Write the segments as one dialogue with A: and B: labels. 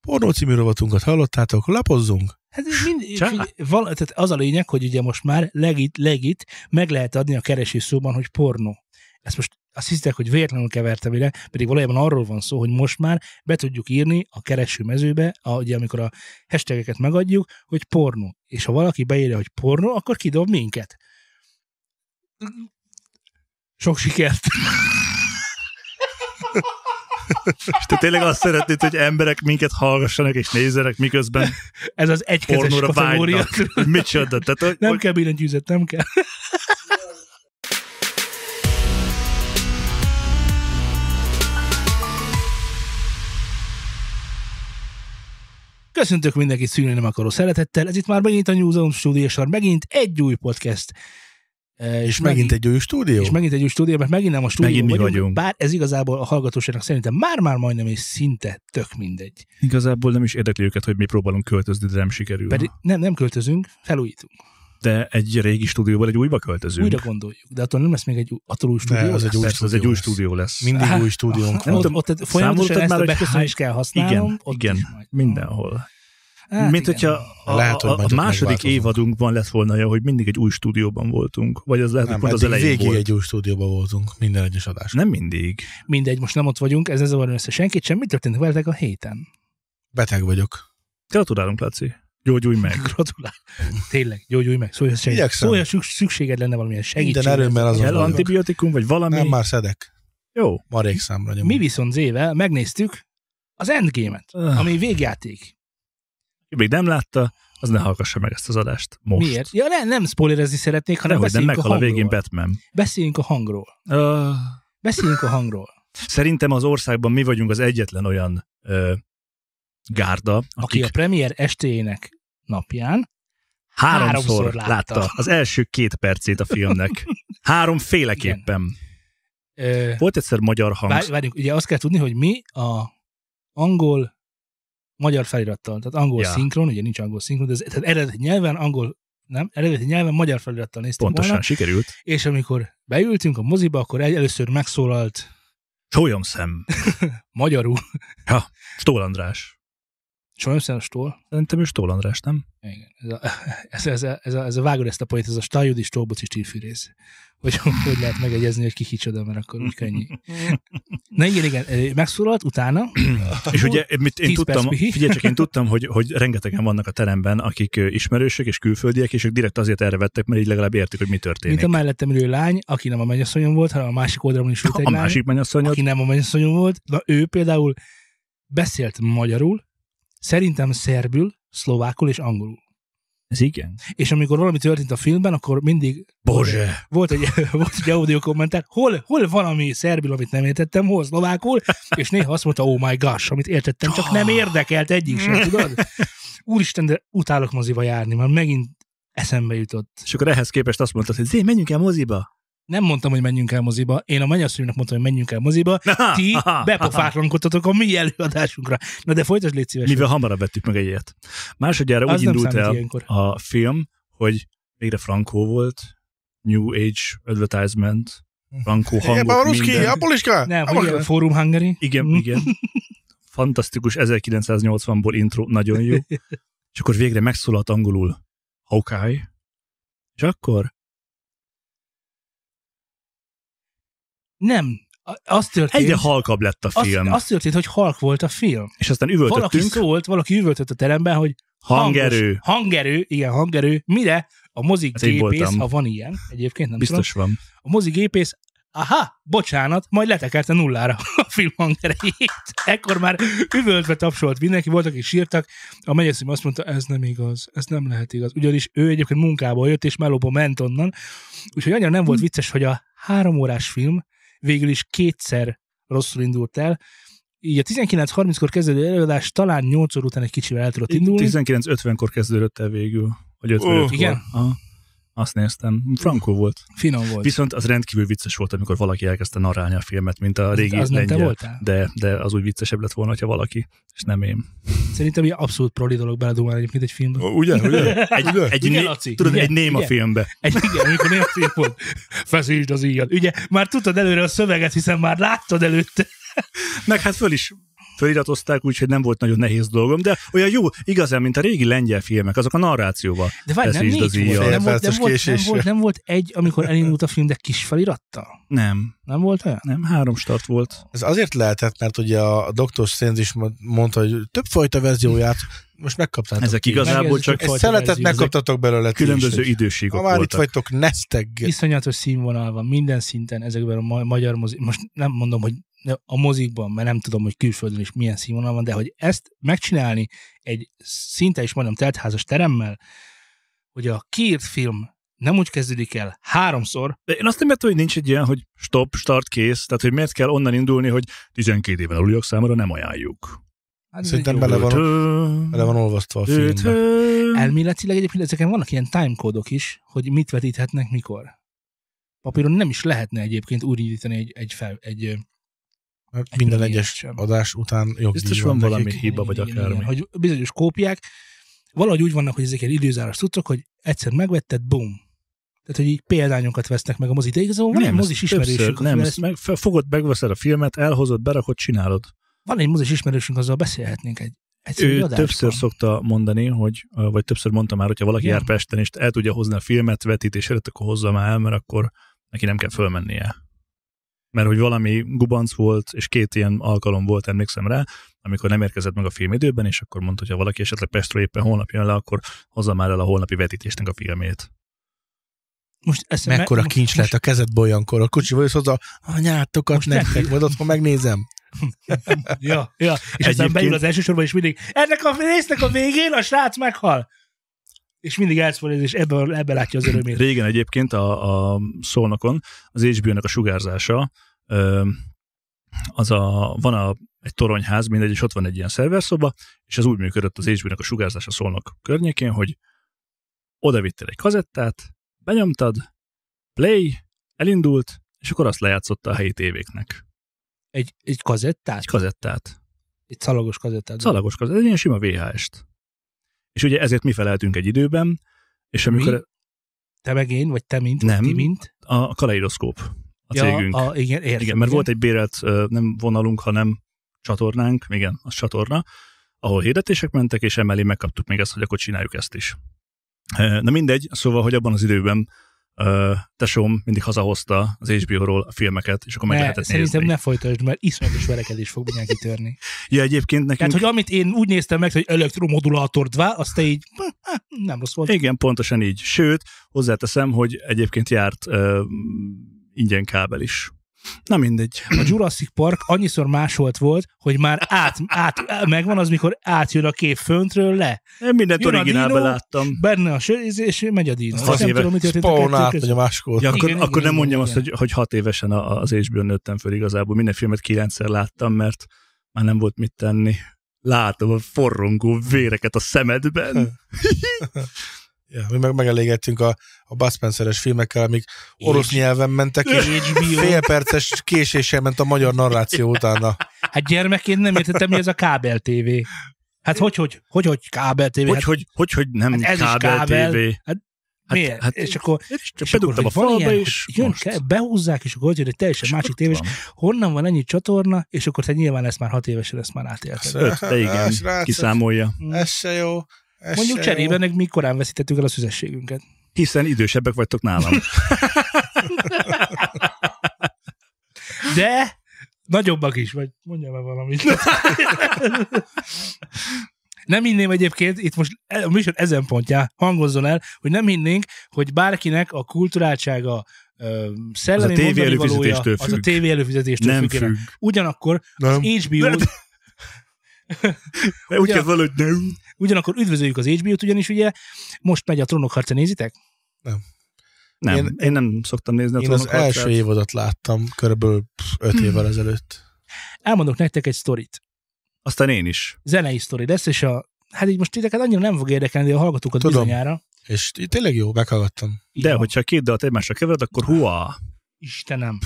A: Pornó című rovatunkat hallottátok, lapozzunk.
B: Hát ez mind,
A: Csá.
B: figy- val, tehát az a lényeg, hogy ugye most már legit, legit meg lehet adni a keresés szóban, hogy pornó. Ezt most azt hiszitek, hogy véletlenül kevertem ide, pedig valójában arról van szó, hogy most már be tudjuk írni a kereső mezőbe, a, ugye, amikor a hashtageket megadjuk, hogy pornó. És ha valaki beírja, hogy pornó, akkor kidob minket. Sok sikert!
C: És te tényleg azt szeretnéd, hogy emberek minket hallgassanak és nézzenek, miközben
B: Ez az egykezes
C: pornóra
B: kategória.
C: vágynak. Hogy Micsoda? Tehát, hogy,
B: Nem
C: hogy,
B: kell billentyűzet, nem kell. Köszöntök mindenkit szülni nem akaró szeretettel. Ez itt már megint a New Zone Studio, és már megint egy új podcast. Eh,
A: És megint egy új stúdió.
B: és megint egy új stúdió, mert megint nem a stúdió
C: Megint mi vagyunk.
B: Bár ez igazából a hallgatóságnak szerintem már-már majdnem és szinte tök mindegy.
C: igazából nem is érdekli őket, hogy mi próbálunk költözni, de nem sikerül.
B: Pedig nem, nem költözünk, felújítunk.
C: De egy régi stúdióból egy újba költözünk.
B: Újra gondoljuk, de attól nem lesz még egy új- attól új stúdió.
A: az egy
B: lesz.
A: új
C: Persze, az egy új
A: stúdió lesz.
C: stúdió lesz.
A: Mindig
B: Hát,
A: új stúdiónk
B: Nem
A: van.
B: tudom, ott, ott
C: számoltad
B: folyamatosan ezt
C: már,
B: a
C: hogy
B: beköszönést is kell használnom.
C: Igen,
B: ott
C: igen,
B: is majd. Ah,
C: Mindenhol.
B: Hát
C: Mint
B: igen.
C: hogyha a,
A: Lehet, hogy
C: a,
A: majd
C: a
A: ott
C: második
A: megváltozunk.
C: évadunkban lett volna olyan, hogy mindig egy új stúdióban voltunk. Vagy az lehet, hogy
A: Nem,
C: pont az
A: eddig
C: elején
A: Hát végig
C: volt.
A: egy új stúdióban voltunk, minden egyes adás.
C: Nem mindig.
B: Mindegy, most nem ott vagyunk, ez ne zavarjon össze senkit sem. Mi történt veletek a héten?
A: Beteg vagyok.
C: Gratulálunk, Laci. Gyógyulj meg.
B: Gratulál. Tényleg, gyógyulj meg, szólj, hogy segít.
A: Igyekszem.
B: Szólj, hogy szük- szükséged lenne valamilyen
A: Minden
B: segítségre.
A: erőmmel azon
C: Kell
A: vagyok.
C: antibiotikum, vagy valami?
A: Nem, már szedek.
C: Jó.
A: Marék számra nyomom.
B: Mi viszont Zével megnéztük az Endgame-et,
C: Öh.
B: ami végjáték.
C: Aki még nem látta, az ne hallgassa meg ezt az adást. Most.
B: Miért? Ja, ne, nem spoilerezni szeretnék, hanem
C: Dehogy nem
B: beszéljünk a
C: meghal a
B: hangról.
C: végén Batman.
B: Beszéljünk a hangról.
C: Uh,
B: Beszéljünk a hangról.
C: szerintem az országban mi vagyunk az egyetlen olyan uh, gárda,
B: Aki
C: akik
B: a premier estéjének napján
C: háromszor,
B: háromszor
C: látta.
B: látta.
C: az első két percét a filmnek. Háromféleképpen.
B: ö,
C: Volt egyszer magyar hang.
B: Várj, várjunk, ugye azt kell tudni, hogy mi a angol magyar felirattal, tehát angol
C: Ja.
B: ja. szinkron, ugye nincs angol szinkron, de ez, tehát eredeti nyelven angol, nem, eredeti nyelven magyar felirattal néztük
C: Pontosan
B: volna,
C: sikerült.
B: és amikor beültünk a moziba, akkor egy, először megszólalt
C: Sólyomszem.
B: magyarul,
C: Stól András.
B: Csajomszenostól,
C: Szerintem ő Stól András, nem?
B: igen, ez a, ez, ez, a, ez, a, ez a vágod ezt a poét, ez a Stajudi Stolboci stílfűrész. Hogy, hogy lehet megegyezni, hogy ki kicsoda, mert akkor úgy könnyű. Na igen, igen, ö, megszólalt, utána,
C: És ugye mit én
B: Tíz
C: tudtam,
B: perc mi?
C: figyelj csak, én tudtam, hogy, hogy rengetegen vannak a teremben, akik ö, ismerősök és külföldiek, és ők direkt azért erre vettek, mert így legalább értik, hogy mi történik.
B: mint a mellettem ülő lány, aki nem a mennyasszonyom volt, hanem a másik oldalon is ült egy
C: a
B: lány,
C: másik mennyasszonyod,
B: aki nem a mennyasszonyom volt, na ő például beszélt magyarul, szerintem szerbül, szlovákul és angolul.
C: Ez igen.
B: És amikor valami történt a filmben, akkor mindig
C: Bozse!
B: volt egy, volt egy audio kommentár, hol, hol van ami szerbül, amit nem értettem, hol szlovákul, és néha azt mondta, oh my gosh, amit értettem, csak nem érdekelt egyik sem, tudod? Úristen, de utálok moziba járni, már megint eszembe jutott.
C: És akkor ehhez képest azt mondtad, hogy Zé, menjünk el moziba.
B: Nem mondtam, hogy menjünk el moziba, én a mennyasszonynak mondtam, hogy menjünk el moziba,
C: Na,
B: ti
C: aha, aha.
B: bepofátlankodtatok a mi előadásunkra. Na de folytasd légy szíves.
C: Mivel hamarabb vettük meg egy ilyet. Másodjára
B: az
C: úgy
B: nem
C: indult
B: számít
C: el
B: ilyenkor.
C: a film, hogy végre Frankó volt, New Age Advertisement, Frankó hangok,
A: Baruszki,
C: minden.
A: Apoliska!
B: Nem, hogy a Fórum Hungary.
C: Igen,
B: Hm?
C: igen. Fantasztikus 1980-ból intro, nagyon jó. És akkor végre megszólalt angolul Hawkeye, és akkor
B: Nem. A- Az történt,
C: egyre halkabb lett a
B: az,
C: film.
B: az történt, hogy halk volt a film.
C: és aztán
B: Valaki
C: üvöltöttünk,
B: szólt, valaki üvöltött a teremben, hogy hangos-
C: hangerő,
B: Hangerő, igen, hangerő. Mire? A mozi
C: Ez én
B: gépész,
C: voltam.
B: ha van ilyen, egyébként nem tudom.
C: biztos van.
B: A mozi gépész, aha, bocsánat, majd letekerte nullára a film hangerejét. Ekkor már üvöltve tapsolt mindenki, voltak, akik sírtak. A megyeszim azt mondta, ez nem igaz, ez nem lehet igaz. Ugyanis ő egyébként munkából jött, és melóba ment onnan. Úgyhogy annyira nem volt vicces, hogy a három órás film végül is kétszer rosszul indult el. Így a 19.30-kor kezdődő előadás talán 8 óra után egy kicsivel el tudott indulni.
C: 19.50-kor kezdődött el végül, vagy 55
A: Ó,
C: kor.
B: igen.
C: Aha. Azt néztem. Frankó volt.
B: Finom volt.
C: Viszont az rendkívül vicces volt, amikor valaki elkezdte narrálni a filmet, mint a régi
B: az nem te
C: lengyel.
B: voltál?
C: De, de az úgy viccesebb lett volna, ha valaki, és nem én.
B: Szerintem ilyen abszolút proli dolog beledumálni egyébként egy filmbe.
A: Ugye, ugye?
C: Egy, egy,
B: Ugye,
C: né-
B: Laci?
C: tudod,
B: Ugye?
C: egy néma
B: Ugye?
C: filmbe.
B: Egy igen, amikor néha szép volt. Feszítsd az íjat. Ugye, már tudtad előre a szöveget, hiszen már láttad előtte.
C: Meg hát föl is föliratozták, úgyhogy nem volt nagyon nehéz dolgom, de olyan jó, igazán, mint a régi lengyel filmek, azok a narrációval.
B: De várj,
C: Ez
B: nem
C: is
B: négy
C: az
B: volt,
C: ilyen.
B: nem volt, nem,
A: Félperces
B: volt, nem,
A: késéssel.
B: volt, nem volt egy, amikor elindult a film, de kis felirattal?
C: Nem,
B: Nem volt olyan?
C: nem, három start volt.
A: Ez azért lehetett, mert ugye a Dr. Strange is mo- mondta, hogy többfajta verzióját most megkaptátok.
C: Ezek
A: ti.
C: igazán
B: Meg ez
C: csak
B: egy
A: Egy
B: fajta
A: szeletet
B: verzió, ezek
A: megkaptatok belőle. ti is,
C: Különböző
A: hogy
C: időségok
A: Ha már itt
C: voltak.
A: vagytok, nezteg.
B: Iszonyatos színvonal van minden szinten ezekben a ma- magyar mozi, most nem mondom, hogy a mozikban, mert nem tudom, hogy külföldön is milyen színvonal van, de hogy ezt megcsinálni egy szinte is majdnem teltházas teremmel, hogy a kiírt film nem úgy kezdődik el háromszor,
C: De én azt nem értem, hogy nincs egy ilyen, hogy stop, start, kész. Tehát, hogy miért kell onnan indulni, hogy 12 éven aluliak számára nem ajánljuk.
B: hát ez
A: Szerintem
B: egy jó
A: bele
B: dolog.
A: van,
C: Tö-
A: bele van olvasztva a
C: tö-
A: filmbe.
C: tö-
B: Elméletileg egyébként ezeken vannak ilyen timecode-ok is, hogy mit vetíthetnek mikor. Papíron nem is lehetne egyébként úgy indítani egy, egy, fel, egy ö,
A: Mert Minden
B: Ilyen
A: egyes
B: sem.
A: adás után jogdíj
C: Biztos van
A: nekik.
C: valami. hiba
B: Igen,
C: vagy
B: igen, igen,
C: akármi.
B: igen, Hogy bizonyos kópiák valahogy úgy vannak, hogy ezek ilyen időzáros tudtok, hogy egyszer megvetted, bum. Tehát, hogy így példányokat vesznek meg a mozi. De igazából van egy
C: ezt
B: mozis
C: többször
B: ismerősünk,
C: Nem,
B: akivel
C: ezt
B: ezt-
C: meg, fel- fogod, megveszed a filmet, elhozod, berakod, csinálod.
B: van egy mozis ismerősünk, azzal beszélhetnénk egy egyszerű
C: Ő
B: adásban.
C: többször szokta mondani, hogy, vagy többször mondta már, hogyha valaki
B: Igen.
C: jár Pesten, és el tudja hozni a filmet vetítés előtt, akkor hozza már el, mert akkor neki nem kell fölmennie. Mert hogy valami gubanc volt, és két ilyen alkalom volt, emlékszem rá, amikor nem érkezett meg a film időben, és akkor mondta, hogy ha valaki esetleg Pestről éppen holnap jön le, akkor hozza már el a holnapi vetítésnek a filmét.
B: Most ezt
A: Mekkora
B: most-
A: kincs lehet a kezedbe olyankor. A kocsi vagy hozzá, anyátokat
B: Most nem-
A: nektek, majd otthon megnézem.
B: Ja, ja. És aztán
C: Egyébként-
B: beül az első sorba, és mindig ennek a résznek a végén a srác meghal. És mindig elszpoiler, és ebben, ebben látja az örömét.
C: Régen egyébként a, a szónokon az HBO-nak a sugárzása, ö, az a, van a, egy toronyház, mindegy, és ott van egy ilyen szerverszoba, és az úgy működött az HBO-nak a sugárzása szólnak környékén, hogy oda vittél egy kazettát, benyomtad, play, elindult, és akkor azt lejátszotta a helyi tévéknek.
B: Egy, egy kazettát,
C: Egy kazettát.
B: egy szalagos kazettát.
C: Szalagos kazett, egy ilyen sima VHS-t. És ugye ezért mi feleltünk egy időben, és amikor
B: Mi? Te meg én, vagy te mint,
C: Nem.
B: vagy ti mint.
C: a kaleidoszkóp a cégünk.
B: A, igen, értem,
C: Igen, mert volt egy bérelt ö, nem vonalunk, hanem csatornánk, igen, az csatorna, ahol hirdetések mentek, és emellé megkaptuk még ezt, hogy akkor csináljuk ezt is. E, Na mindegy, szóval, hogy abban az időben ö, tesóm mindig hazahozta az HBO-ról a filmeket, és akkor meg
B: ne,
C: lehetett
B: Szerintem
C: nézni.
B: ne folytasd, mert iszonyatos verekedés fog mindenki törni.
C: Ja, egyébként nekünk...
B: Tehát, hogy amit én úgy néztem meg, hogy elektromodulátor 2, azt te így, "Ha, ha, nem rossz volt.
C: Igen, pontosan így. Sőt, hozzáteszem, hogy egyébként járt ö, ingyen kábel is. Na mindegy.
B: A Jurassic Park annyiszor másolt volt, hogy már át, át megvan az, mikor átjön a kép föntről le.
C: Én mindent
B: Jön a
C: originálban
B: dino,
C: láttam.
B: Benne a sör, és- és megy a dín.
C: Azt
B: Azt nem
C: éve-
B: tudom, mi történt a
A: Spawn
B: kettő
A: át, vagy
B: között.
A: a máskor.
C: Ja, akkor,
B: Igen,
C: igen, akkor
B: igen,
C: nem mondjam
B: igen,
C: azt, hogy, hogy hat évesen a- az HBO-n nőttem föl igazából. Minden filmet kilencszer láttam, mert már nem volt mit tenni. Látom a forrongó véreket a
B: Hm.
C: szemedben.
A: Ja, mi meg megelégettünk a, a Bud Spencer-es filmekkel, amik orosz nyelven mentek, és
B: HBO.
A: félperces késéssel ment a magyar narráció utána.
B: Hát gyermekként nem értettem, mi ez a kábel TV. Hát hogy, hogy, hogy, hogy kábel TV?
C: Hogy,
B: Hát
C: hogy, hogy, hogy nem
B: hát
C: hát
B: ez is
C: kábel,
B: kábel.
C: kábel TV.
B: Hát
C: Hát-
B: Miért?
C: hát-
B: és akkor,
C: Csak
B: és akkor
C: bedugtam a
B: hogy van
C: falba,
B: ilyen,
C: és
B: hogy jön,
C: most.
B: kell, behúzzák, és akkor hogy jön egy teljesen
C: És
B: másik
C: akkor ott
B: tévés.
C: van.
B: Honnan van ennyi csatorna, és akkor te nyilván ezt már hat évesen ezt már átélted.
C: Öt, de igen,
A: Srácok.
C: kiszámolja.
A: Ez se jó. Ez
B: Mondjuk
A: se
B: cserébe
A: jó.
B: meg mi korán veszítettük el a szüzességünket.
C: Hiszen idősebbek vagytok nálam.
B: De nagyobbak is, vagy mondjál már valamit. Nem hinném egyébként, itt most e- a műsor ezen pontján hangozzon el, hogy nem hinnénk, hogy bárkinek a kulturáltsága, ö, szellemi
C: Az a TV
B: mondani valója,
C: előfizetéstől
B: az a
C: függ.
B: tévé előfizetéstől
C: nem
B: függene.
C: függ.
B: Ugyanakkor
A: Nem.
B: HBO -t
C: De Úgy
B: Ugye-
C: kell valahogy nem.
B: Ugyanakkor üdvözöljük az HBO-t, ugyanis ugye most megy a trónok harca, nézitek?
C: Nem, én,
A: Én-
C: én nem szoktam nézni a
A: Én az
C: trónok harcát.
A: első évadot láttam körülbelül pff, öt
B: Hmm.
A: évvel ezelőtt.
B: Elmondok nektek egy sztorit.
C: Aztán én is.
B: Zenei sztori lesz, és a, hát így most titeket annyira nem fog érdekelni, de a hallgatókat
A: Tudom.
B: bizonyára.
A: És így tényleg jó, meghallgattam.
B: Így
C: De
B: van.
C: hogyha két dalt egymásra kevered, akkor huá.
B: Istenem.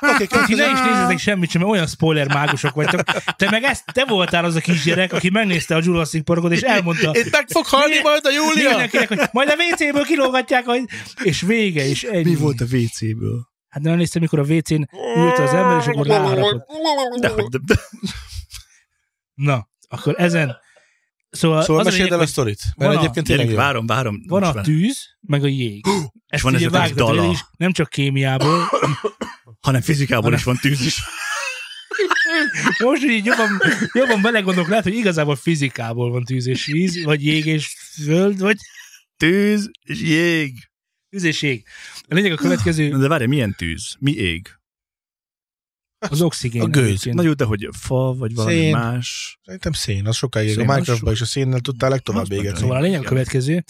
A: Oké,
B: Ti ne is nézzetek semmit sem, mert olyan spoiler mágusok vagytok. Te meg ezt, te voltál az a kisgyerek, aki megnézte a Jurassic Parkot, és elmondta,
A: Itt meg fog halni
B: Mi-
A: majd a Júlia!
B: mindenkinek, hogy majd a WC-ből kilógatják, hogy... és vége, és egy.
C: Mi volt a WC-ből?
A: Szóval
B: Hát nem néztem, mikor a WC-n ült az ember, és akkor ráharapott.
C: Dehogy, de, de,
B: Na, akkor ezen... Szóval,
A: Szóval
B: az a
A: meséld
B: lényeg,
A: el a
B: hogy
A: sztorit, mert
B: van a-
A: egyébként
C: Tényleg,
A: tényleg jó.
C: várom, várom.
B: van
C: Most
B: a tűz, meg a jég. Ezt
C: van
B: van ugye
C: ezeknek
B: vágtad
C: dala.
B: is, nem csak kémiából.
C: hanem fizikából
B: Hanem-
C: is van tűz is.
B: Most hogy így jobban, jobban belegondolok, lehet, hogy igazából fizikából van tűz és víz, vagy jég és föld, vagy
C: Tűz és jég.
B: tűz és jég. A lényeg a következő,
C: Na, De várj, milyen tűz? Mi ég?
B: az oxigén.
A: A gőz.
B: egyébként.
C: Na jó, de hogy fa, vagy valami
A: Szén.
C: más.
A: Szerintem szén, az sokáig ég. A
C: Szén, az
A: Minecraftban
C: sok-
A: is a szénnel tudtál legtovább
C: Azt mondta,
A: égetni.
B: Szóval a lényeg a
C: Igen.
B: következő,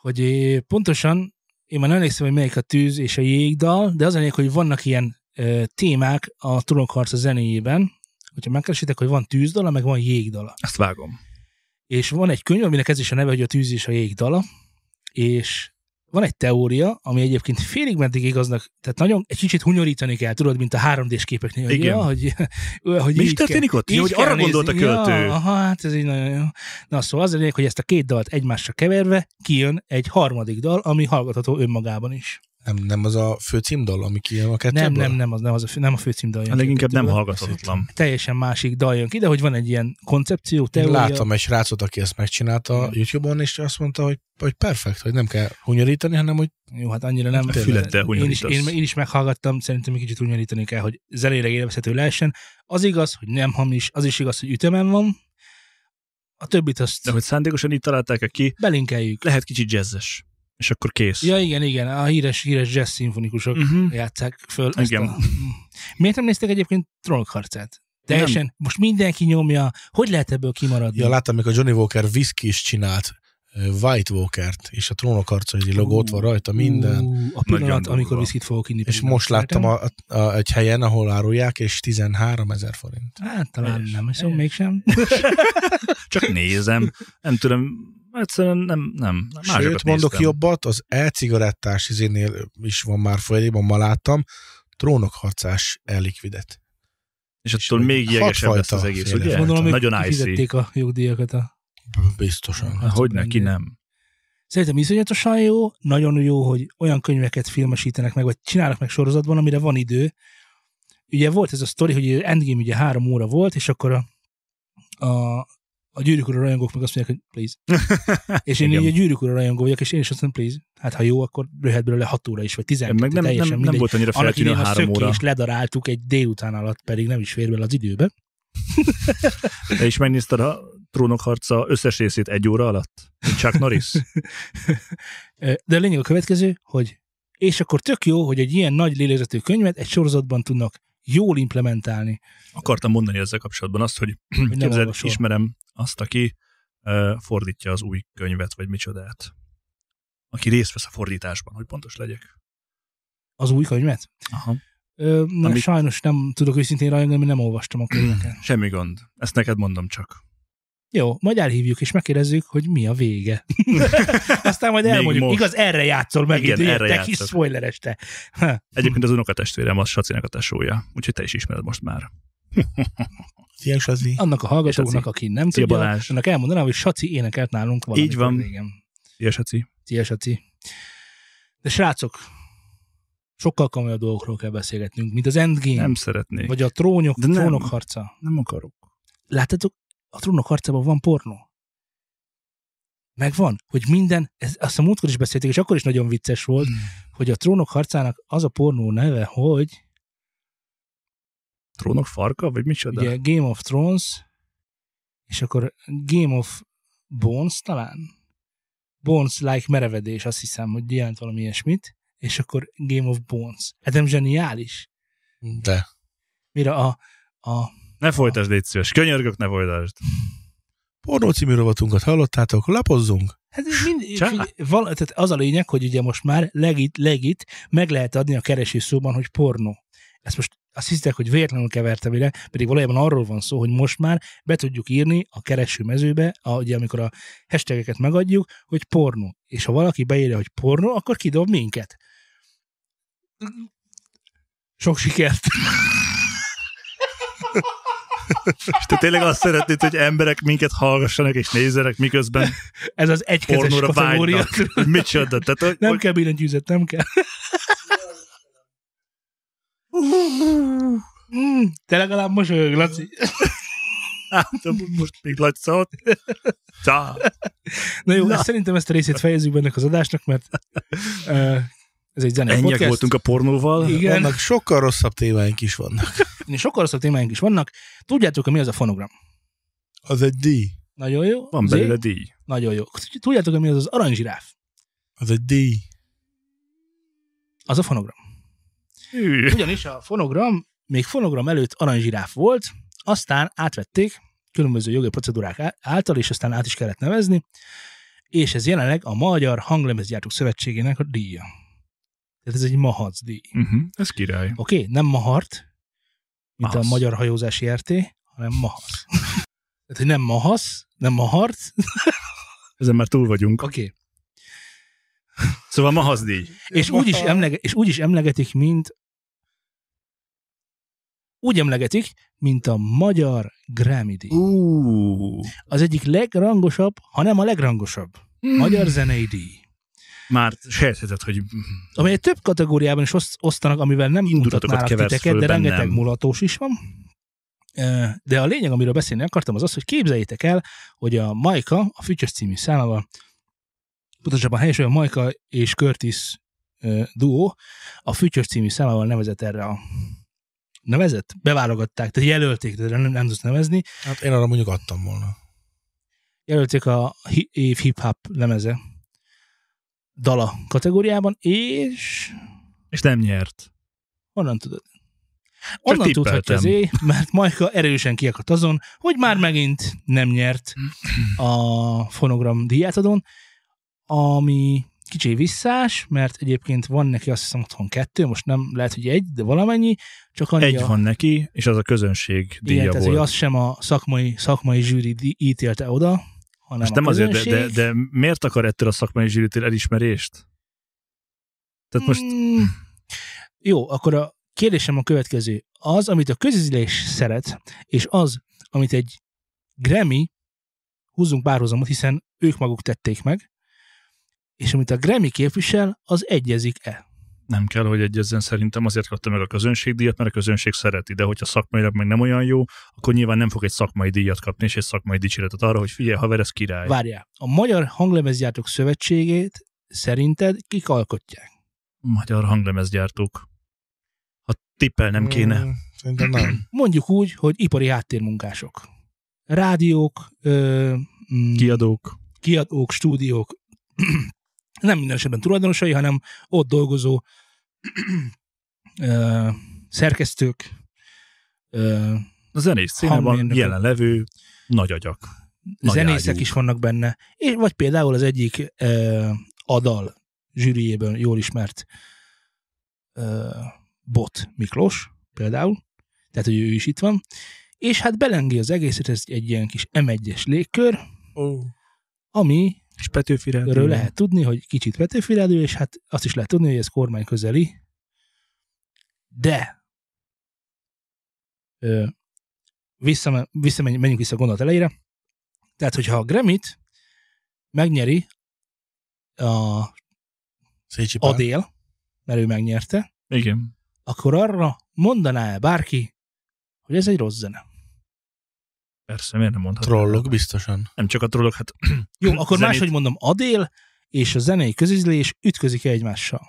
B: hogy eh, pontosan, én már nem emlékszem, hogy melyik a tűz és a jégdal, de az a lényeg, hogy vannak ilyen ö, témák a Tulokharca zenéjében, hogyha megkeresitek, hogy van tűzdala, meg van jégdala.
C: Ezt vágom.
B: És van egy könyv, aminek ez is a neve, hogy a tűz és a jégdala, és van egy teória, ami egyébként félig meddig igaznak, tehát nagyon egy kicsit hunyorítani kell, tudod, mint a 3D-s képeknél, hogy,
C: Igen.
B: ja, hogy, hogy
C: Mi is
B: így kell-
C: történik ott? Jó, hogy
B: kell
C: arra gondolt a
B: nézni.
C: költő.
B: Ja, aha, hát ez így nagyon jó. Na szóval az a lényeg, hogy ezt a két dalt egymásra keverve kijön egy harmadik dal, ami hallgatható önmagában is.
A: Nem, nem az a fő címdal, ami kijön a kettőből?
B: Nem, nem, nem, az nem, az a fő, nem a főcím dal jön
C: A
B: ki
C: Hát leginkább nem
B: kettőből.
C: hallgathatatlan.
B: Teljesen másik dal jön ki, de hogy van egy ilyen koncepció,
A: Én
B: teória.
A: láttam egy srácot, aki ezt megcsinálta
B: Igen.
A: YouTube-on, és azt mondta, hogy, hogy perfekt, hogy nem kell hunyorítani, hanem hogy
B: Jó, hát annyira nem.
C: A füleddel
B: én, is,
C: hunyorítasz.
B: én, én, is meghallgattam, szerintem egy kicsit hunyarítani kell, hogy zenére élvezhető lehessen. Az igaz, hogy nem hamis, az is igaz, hogy ütemen van. A többit azt
C: De hogy szándékosan így találták ki,
B: belinkeljük.
C: lehet kicsit jazzes. És akkor kész.
B: Ja, Mhm. igen, igen, a híres, híres jazz szimfonikusok
C: Uh-huh.
B: játszák föl.
C: Igen.
B: Ezt a... Mm. Miért nem néztek egyébként trollkarcát? Teljesen, nem. most mindenki nyomja, hogy lehet ebből kimaradni?
A: Ja, láttam, mikor Johnny Walker whisky is csinált, ö, White Walkert, és a trónok arca egy logó ott van rajta minden.
B: Ú, a pillanat,
C: durva.
B: amikor viszkit fogok inni.
A: És most láttam a, a, a, egy helyen, ahol árulják, és 13 ezer forint.
B: Hát talán
C: Helyes,
B: nem, szóval
C: helyes.
B: mégsem.
C: Csak nézem. Nem tudom, egyszerűen nem. nem. Másokat
A: Sőt, mondok
C: néztem.
A: jobbat, az e-cigarettás izénél is van már folyadékban, ma láttam, trónokharcás e-likvidet.
C: És attól még
A: hat
C: jegesebb lesz az
A: fajta
C: egész,
A: féle.
C: ugye?
B: Gondolom,
A: szóval
B: ők
C: Nagyon icy.
B: kifizették a jogdíjakat. A...
A: Biztosan.
C: Hát, Hogy neki nem.
B: Szerintem iszonyatosan jó, nagyon jó, hogy olyan könyveket filmesítenek meg, vagy csinálnak meg sorozatban, amire van idő. Ugye volt ez a sztori, hogy Endgame ugye három óra volt, és akkor a, a, a gyűrűk ura rajongók meg azt mondják, hogy please. és én
C: Igen.
B: ugye gyűrűk ura rajongó vagyok, és én is azt mondom, please. Hát ha jó, akkor jöhet belőle hat óra is, vagy
C: Én
B: tizenkettő,
C: meg nem,
B: teljesen
C: nem, nem
B: mindegy.
C: volt annyira
B: Annak
C: feltűnő
B: idején a
C: a három óra.
B: szökés ledaráltuk egy délután alatt, pedig nem is fér bele az időbe.
C: Te is megnézted a trónok harca összes részét egy óra alatt? Mint Chuck Norris?
B: Ö, De a lényeg a következő, hogy és akkor tök jó, hogy egy ilyen nagy lélegzetű könyvet egy sorozatban tudnak jól implementálni.
C: Akartam mondani ezzel kapcsolatban azt, hogy képzeld,
B: olvasol.
C: ismerem azt, aki ö, fordítja az új könyvet, vagy micsodát. Aki részt vesz a fordításban, hogy pontos legyek.
B: Az új könyvet?
C: Aha.
B: Ö, na,
C: Ami-
B: Sajnos nem tudok őszintén rajongani, mert nem olvastam a könyveket.
C: Semmi gond. Ezt neked mondom csak.
B: jó, majd elhívjuk és megkérdezzük, hogy mi a vége. Aztán majd
C: Még
B: elmondjuk.
C: most.
B: Igaz, erre játszol meg.
C: Igen,
B: Igen,
C: erre
B: erre te kis
C: játszok.
B: spoileres te.
C: Egyébként az unokatestvérem az Sacinak a tesója, úgyhogy te is ismered most már.
A: Ilyen Sazi.
B: Annak a
C: És
B: hallgatóknak,
C: Saci.
B: aki nem
C: Szia,
B: tudja,
C: Balázs.
B: annak elmondanám, hogy Saci énekelt nálunk valamikor
C: Így van.
B: régen.
C: Szia, Saci.
B: Szia, Saci. De srácok, sokkal komolyabb dolgokról kell beszélgetnünk, mint az Endgame,
C: Nem
B: nem.
C: szeretnék.
B: vagy a trónok,
C: De nem.
B: trónok harca.
C: Nem akarok.
B: Láttátok, a trónok harcában van pornó. Megvan, hogy minden, ez, azt a múltkor is beszéltük, és akkor is nagyon vicces volt,
C: Hmm.
B: hogy a trónok harcának az a pornó neve, hogy
C: Trónok farka, vagy micsoda?
B: ugye Game of Thrones, és akkor Game of Bones talán? Bones like merevedés, azt hiszem, hogy jelent valami ilyesmit, és akkor Game of Bones. Hát nem zseniális?
A: De.
B: mire a, a
C: Ne folytasd, légy szíves. Könyörgök, ne folytasd.
A: Pornó című rovatunkat hallottátok, lapozzunk.
B: Hát ez mind,
C: Csá.
B: figy- val, tehát az a lényeg, hogy ugye most már legit, legit meg lehet adni a kereső szóban, hogy pornó. Ezt most azt hiszitek, hogy véletlenül kevertem ide, pedig valójában arról van szó, hogy most már be tudjuk írni a kereső mezőbe, a, ugye amikor a hashtageket megadjuk, hogy pornó. És ha valaki beírja, hogy pornó, akkor kidob minket. Sok sikert!
C: És te tényleg azt szeretnéd, hogy emberek minket hallgassanak és nézzenek, miközben
B: Ez az egykezes
C: pornóra
B: kategória.
C: vágynak. Hogy Micsoda? Tehát, hogy,
B: Nem
C: hogy-
B: kell billentyűzet, nem kell. Hmm, Mm, Te legalább mosolyog, Laci.
C: Most még laccolt. Tá.
B: Na jó,
C: Na.
B: ezt, szerintem ezt a részét fejezzük be ennek az adásnak, mert ö, ez egy zenei
C: Ennyiek
B: podcast.
C: voltunk a pornóval.
B: Igen.
A: Vannak sokkal rosszabb témáink is vannak.
B: Sokkal rosszabb témáink is vannak. Tudjátok, hogy mi az a fonogram?
A: Az egy díj.
B: Nagyon jó.
C: Van
B: Zé?
C: belőle díj.
B: Nagyon jó. Tudjátok, hogy mi az az aranyzsiráf?
A: Az egy díj.
B: Az a fonogram.
C: Hű.
B: Ugyanis a fonogram, még fonogram előtt aranyzsiráf volt, aztán átvették különböző jogi procedúrák á- által, és aztán át is kellett nevezni, és ez jelenleg a Magyar Hanglemezgyártók Szövetségének a díja. Tehát ez egy mahac díj.
C: Uh-huh. Ez király.
B: Oké, okay, nem mahart, mint
C: Mahasz.
B: a Magyar Hajózási RT, hanem mahasz. Tehát, hogy nem mahasz, nem mahart,
C: Ezen már túl vagyunk.
B: oké. Okay.
C: Szóval ma hazdíj.
B: És, úgy is emlege, és úgy is emlegetik, mint úgy emlegetik, mint a Magyar Grammy díj.
C: Uh.
B: az egyik legrangosabb, ha nem a legrangosabb magyar zenei díj,
C: Már sejtheted, hogy
B: amelyet több kategóriában is oszt- osztanak, amivel nem
C: Indulatokat
B: mutatnálak
C: keversz
B: titeket,
C: föl
B: de
C: bennem.
B: rengeteg mulatós is van. Ö, De a lényeg, amiről beszélni akartam, az az, hogy képzeljétek el, hogy a Majka, a Fütyös című számával, pontosabban helyesen a Majka és Curtis ö, duó, a Fütyös című számával nevezett erre a nevezett? Beválogatták, tehát jelölték, de nem, nem tudsz nevezni,
A: Hát én arra mondjuk adtam volna.
B: jelölték a hi- év hip-hop lemeze dala kategóriában, és
C: és nem nyert.
B: honnan tudod? Onnan tudhatja az
C: tippeltem.
B: éj, mert Majka erősen kiakadt azon, hogy már megint nem nyert a fonogram díjátadón, ami kicsi visszás, mert egyébként van neki azt hiszem otthon kettő, most nem lehet, hogy egy, de valamennyi, csak annyi
C: Egy
B: a,
C: van neki, és az a közönség díja
B: igen, tehát,
C: volt.
B: hogy azt sem a szakmai, szakmai zsűri dí- ítélte oda, hanem
C: Most
B: a
C: nem azért, de,
B: közönség.
C: de, de miért akar ettől a szakmai zsűritől elismerést? Tehát most
B: Mm, jó, akkor a kérdésem a következő. Az, amit a közizlés szeret, és az, amit egy Grammy, húzzunk párhuzamot, hiszen ők maguk tették meg, és amit a Grammy képvisel, az egyezik-e?
C: nem kell, hogy egyezzen szerintem azért kapta meg a közönségdíjat, mert a közönség szereti, de hogyha szakmailag meg nem olyan jó, akkor nyilván nem fog egy szakmai díjat kapni, és egy szakmai dicséretet arra, hogy figyelj, haver, ez király.
B: Várjál, a Magyar Hanglemezgyártók Szövetségét szerinted kik alkotják?
C: Magyar hanglemezgyártók. Ha tippelnem kéne.
A: Mm, Szerintem nem.
B: Mondjuk úgy, hogy ipari háttérmunkások. Rádiók, ö, mm,
C: Kiadók.
B: kiadók, stúdiók, nem minden esetben tulajdonosai, hanem ott dolgozó ö, szerkesztők, ö,
C: A zenész színában
B: Hangmérnökök.
C: jelenlevő nagy agyak. Nagy
B: zenészek
C: ágyúk.
B: is vannak benne, és vagy például az egyik ö, Adal zsűriében jól ismert ö, Bot Miklós például, tehát hogy ő is itt van, és hát belengi az egészet, ez egy ilyen kis M1-es légkör,
A: Ó,
B: ami
C: És Petőfi Rádió.
B: Erről lehet tudni, hogy kicsit vetőfélelő, és hát azt is lehet tudni, hogy ez kormány közeli. De ö, visszame- visszamenj, menjünk vissza a gondolat elejére. Tehát, hogyha a Grammy-t megnyeri a
A: Szécsi Pál.
B: Adél, mert ő megnyerte,
C: Igen.
B: akkor arra mondaná-e bárki, hogy ez egy rossz zene?
C: Persze, miért nem mondhatod?
A: Trollok biztosan.
C: Nem csak a trollok, hát
B: Jó, akkor
C: Zenét.
B: máshogy mondom, Adél és a zenei közizlés ütközik egymással.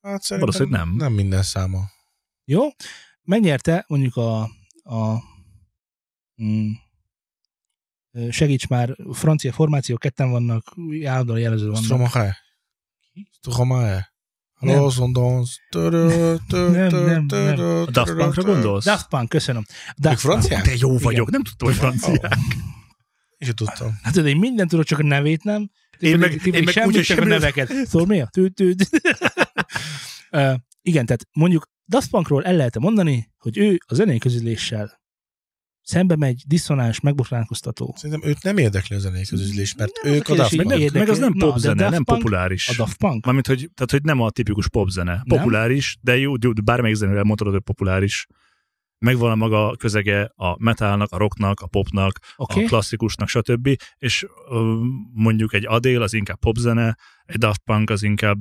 A: Hát szerintem
C: valószínűleg nem.
A: nem minden száma.
B: Jó? Megnyerte mondjuk a, a mm, ö, segíts már, francia formáció, ketten vannak, állandóan jelező vannak.
A: Stromae. Stromae.
B: Nem.
A: Lawson Dons.
B: Nem, nem, nem.
C: A Daft Punkra gondolsz?
B: Daft Punk, köszönöm.
A: Ők
B: Daft Punk.
A: franciák?
C: De jó
B: Igen.
C: vagyok, nem tudtam, hogy francia.
A: Ó, Én sem tudtam.
B: Hát tudod, én mindent tudok, csak a nevét nem. Ti
C: Én
B: pedig-
C: meg-
B: ti
C: én
B: pedig
C: meg
B: semmit,
C: úgyhogy
B: csak a
C: semmiről-
B: neveket. Szóval mi a tűtűd? Ö, Igen, tehát mondjuk Daft Punkról el lehet mondani, hogy ő a zenei közüléssel szembe megy, diszonáns, megbotránkoztató.
A: Szerintem őt nem érdekli a zenék közüzlés, mert
B: Nem,
A: ők
B: az a
A: a Daft
B: kérdés,
A: Punk.
B: hogy
C: Meg, meg az nem
B: Na, de
C: popzene,
B: Daft
C: nem
B: Punk-
C: populáris.
B: A Daft Punk?
C: Mármint, hogy, tehát, hogy nem a tipikus popzene. Populáris, de jó, jó, bármelyik zenével mondhatod, hogy populáris. Megvan a maga közege a metalnak, a rocknak, a popnak,
B: Oké.
C: okay. a klasszikusnak, stb. És ö, mondjuk egy Adél az inkább popzene, egy Daft Punk az inkább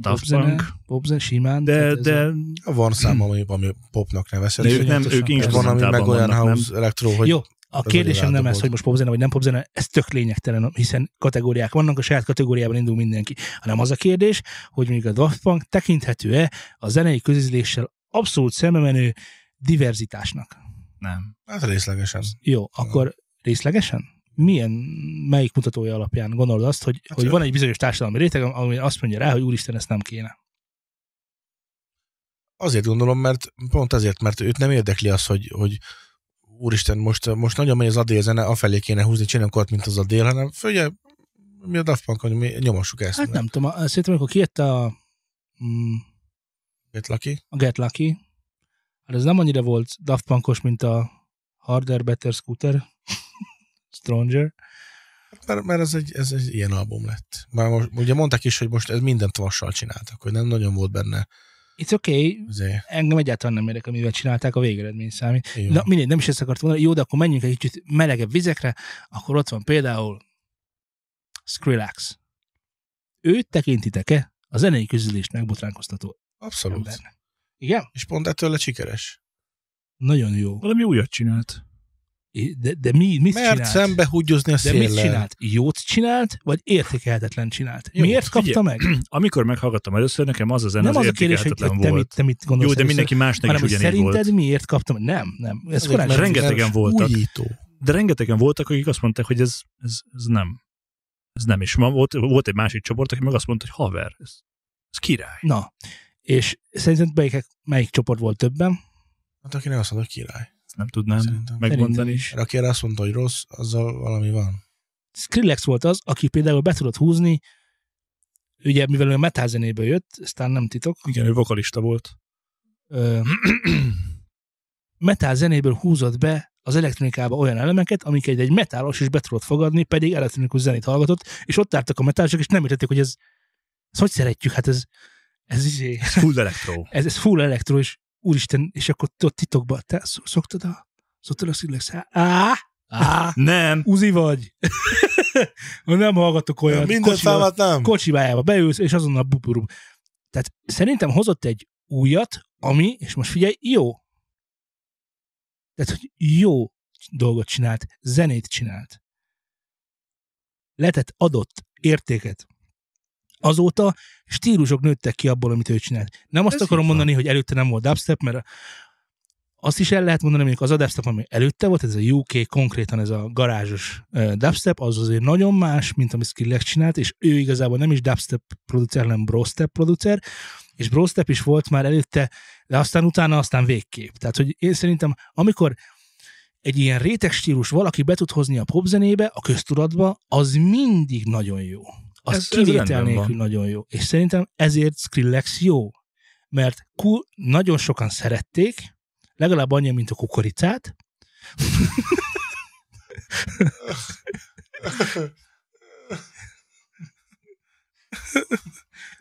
C: Daft
B: Popzene,
C: Punk,
B: Popzene simán.
C: de,
B: tehát ez
C: de
B: a-
A: Van szám, ami, ami popnak nevezhető.
C: de ők nem, ők
A: és
B: Pontosan,
A: van, ami
C: instrumentálban
A: meg olyan
C: vannak, nem?
A: house elektro, hogy
B: Jó, a kérdésem nem
A: elrádogott.
B: ez, hogy most popzene vagy nem popzene, ez tök lényegtelen, hiszen kategóriák vannak, a saját kategóriában indul mindenki, hanem az a kérdés, hogy mondjuk a Daft Punk tekinthető-e a zenei közizléssel abszolút szememenő diverzitásnak.
C: Nem.
A: hát részlegesen.
B: Jó, akkor részlegesen? Milyen, melyik mutatója alapján gondolod azt, hogy,
A: Hát
B: hogy
A: ő-
B: van egy bizonyos társadalmi réteg, ami azt mondja rá, hogy úristen, ezt nem kéne.
A: Azért gondolom, mert pont azért, mert őt nem érdekli az, hogy, hogy úristen, most, most nagyon megy az adél zene, afelé kéne húzni, csináljunk olyat, mint az adél, hanem figyelj, mi a Daft Punk, hogy mi nyomassuk ezt.
B: Hát nem tudom, a- szerintem amikor kijött a, mm,
A: Két Laki.
B: a Get Lucky, hát ez nem annyira volt Daft Punkos, mint a Harder, Better, Scooter, Stronger.
A: Mert, mert ez, egy, ez egy ilyen album lett. Már most, ugye mondták is, hogy most ez mindent vassal csináltak, hogy nem nagyon volt benne.
B: It's okay,
A: Azért,
B: engem egyáltalán nem érdekel, mivel csinálták, a végeredmény számít.
A: így
B: Na
A: van.
B: mindegy, nem is ezt akartam mondani, jó, de akkor menjünk egy kicsit melegebb vizekre, akkor ott van például Skrillex. Őt tekintitek-e a zenei közülést megbotránkoztató
A: Abszolút.
B: embernek? Igen?
A: És pont ettől lett sikeres.
B: Nagyon jó.
C: Valami újat csinált.
B: De, de mi, mit
A: Mert
B: csinált?
A: szembe húgyozni a
B: De
A: széllel.
B: mit csinált? Jót csinált, vagy értékelhetetlen csinált?
C: Jót,
B: Miért kapta
C: figyelj,
B: meg?
C: Amikor meghallgattam először, nekem az a zene
B: Nem az a kérdés, hogy,
C: értékelhetetlen
B: hogy te, mit,
C: volt.
B: te mit gondolsz.
C: Jó, de
B: először,
C: mindenki másnak is
B: hanem, hogy
C: ugyanígy
B: szerinted
C: volt.
B: miért kaptam? Nem, nem. Ez
A: Azért,
B: korán
A: mert-
C: rengetegen
A: mert
C: voltak.
A: Újító.
C: de rengetegen voltak, akik azt mondták, hogy ez, ez, ez nem. Ez nem is. Ma volt, volt egy másik csoport, aki meg azt mondta, hogy haver, ez, ez király.
B: Na, és szerinted melyik, melyik csoport volt többen?
A: Hát aki nem azt mondta, hogy király.
C: Ezt nem tudnám
A: Szerintem.
C: megmondani.
B: is.
A: Mert aki erre azt mondta, hogy rossz, azzal valami van.
B: Skrillex volt az, aki például be tudott húzni, ugye mivel ő a metal zenéből jött, aztán nem titok,
C: Igen, ő vokalista volt.
B: ö, metal zenéből húzott be az elektronikába olyan elemeket, amiket egy metálos is be tudott fogadni, pedig elektronikus zenét hallgatott, és ott álltak a metálosok, és nem értették, hogy ez, ezt hogy szeretjük, hát ez, ez, izé,
C: Ez full elektro.
B: ez, ez full elektro, és úristen, és akkor ott titokban, te szok- szoktad a, szoktad a Skrillex, á, á,
C: Nem.
B: uzi vagy. nem hallgatok olyan.
A: Minden számát nem.
B: kocsibájába beülsz, és azonnal buburub. Tehát szerintem hozott egy újat, ami, és most figyelj, jó. Tehát, hogy jó dolgot csinált, zenét csinált. Letett adott értéket. Azóta stílusok nőttek ki abból, amit ő csinált. Nem azt
C: Ez
B: Ez akarom
C: így van.
B: mondani, hogy előtte nem volt dubstep, mert azt is el lehet mondani, mondjuk az a dubstep, ami előtte volt, ez a UK, konkrétan ez a garázsos ö, dubstep, az azért nagyon más, mint amit Skrillex csinált, és ő igazából nem is dubstep producer, hanem brostep producer, és brostep is volt már előtte, de aztán utána aztán végképp. Tehát, hogy én szerintem, amikor egy ilyen réteg stílus valaki be tud hozni a popzenébe, a köztudatba, az mindig nagyon jó. Az
C: Ez-
B: ez,
C: ez
B: kivétel
C: rendben van.
B: nélkül nagyon jó. És szerintem ezért Skrillex jó. Mert ku- nagyon sokan szerették, legalább annyi, mint a kukoricát,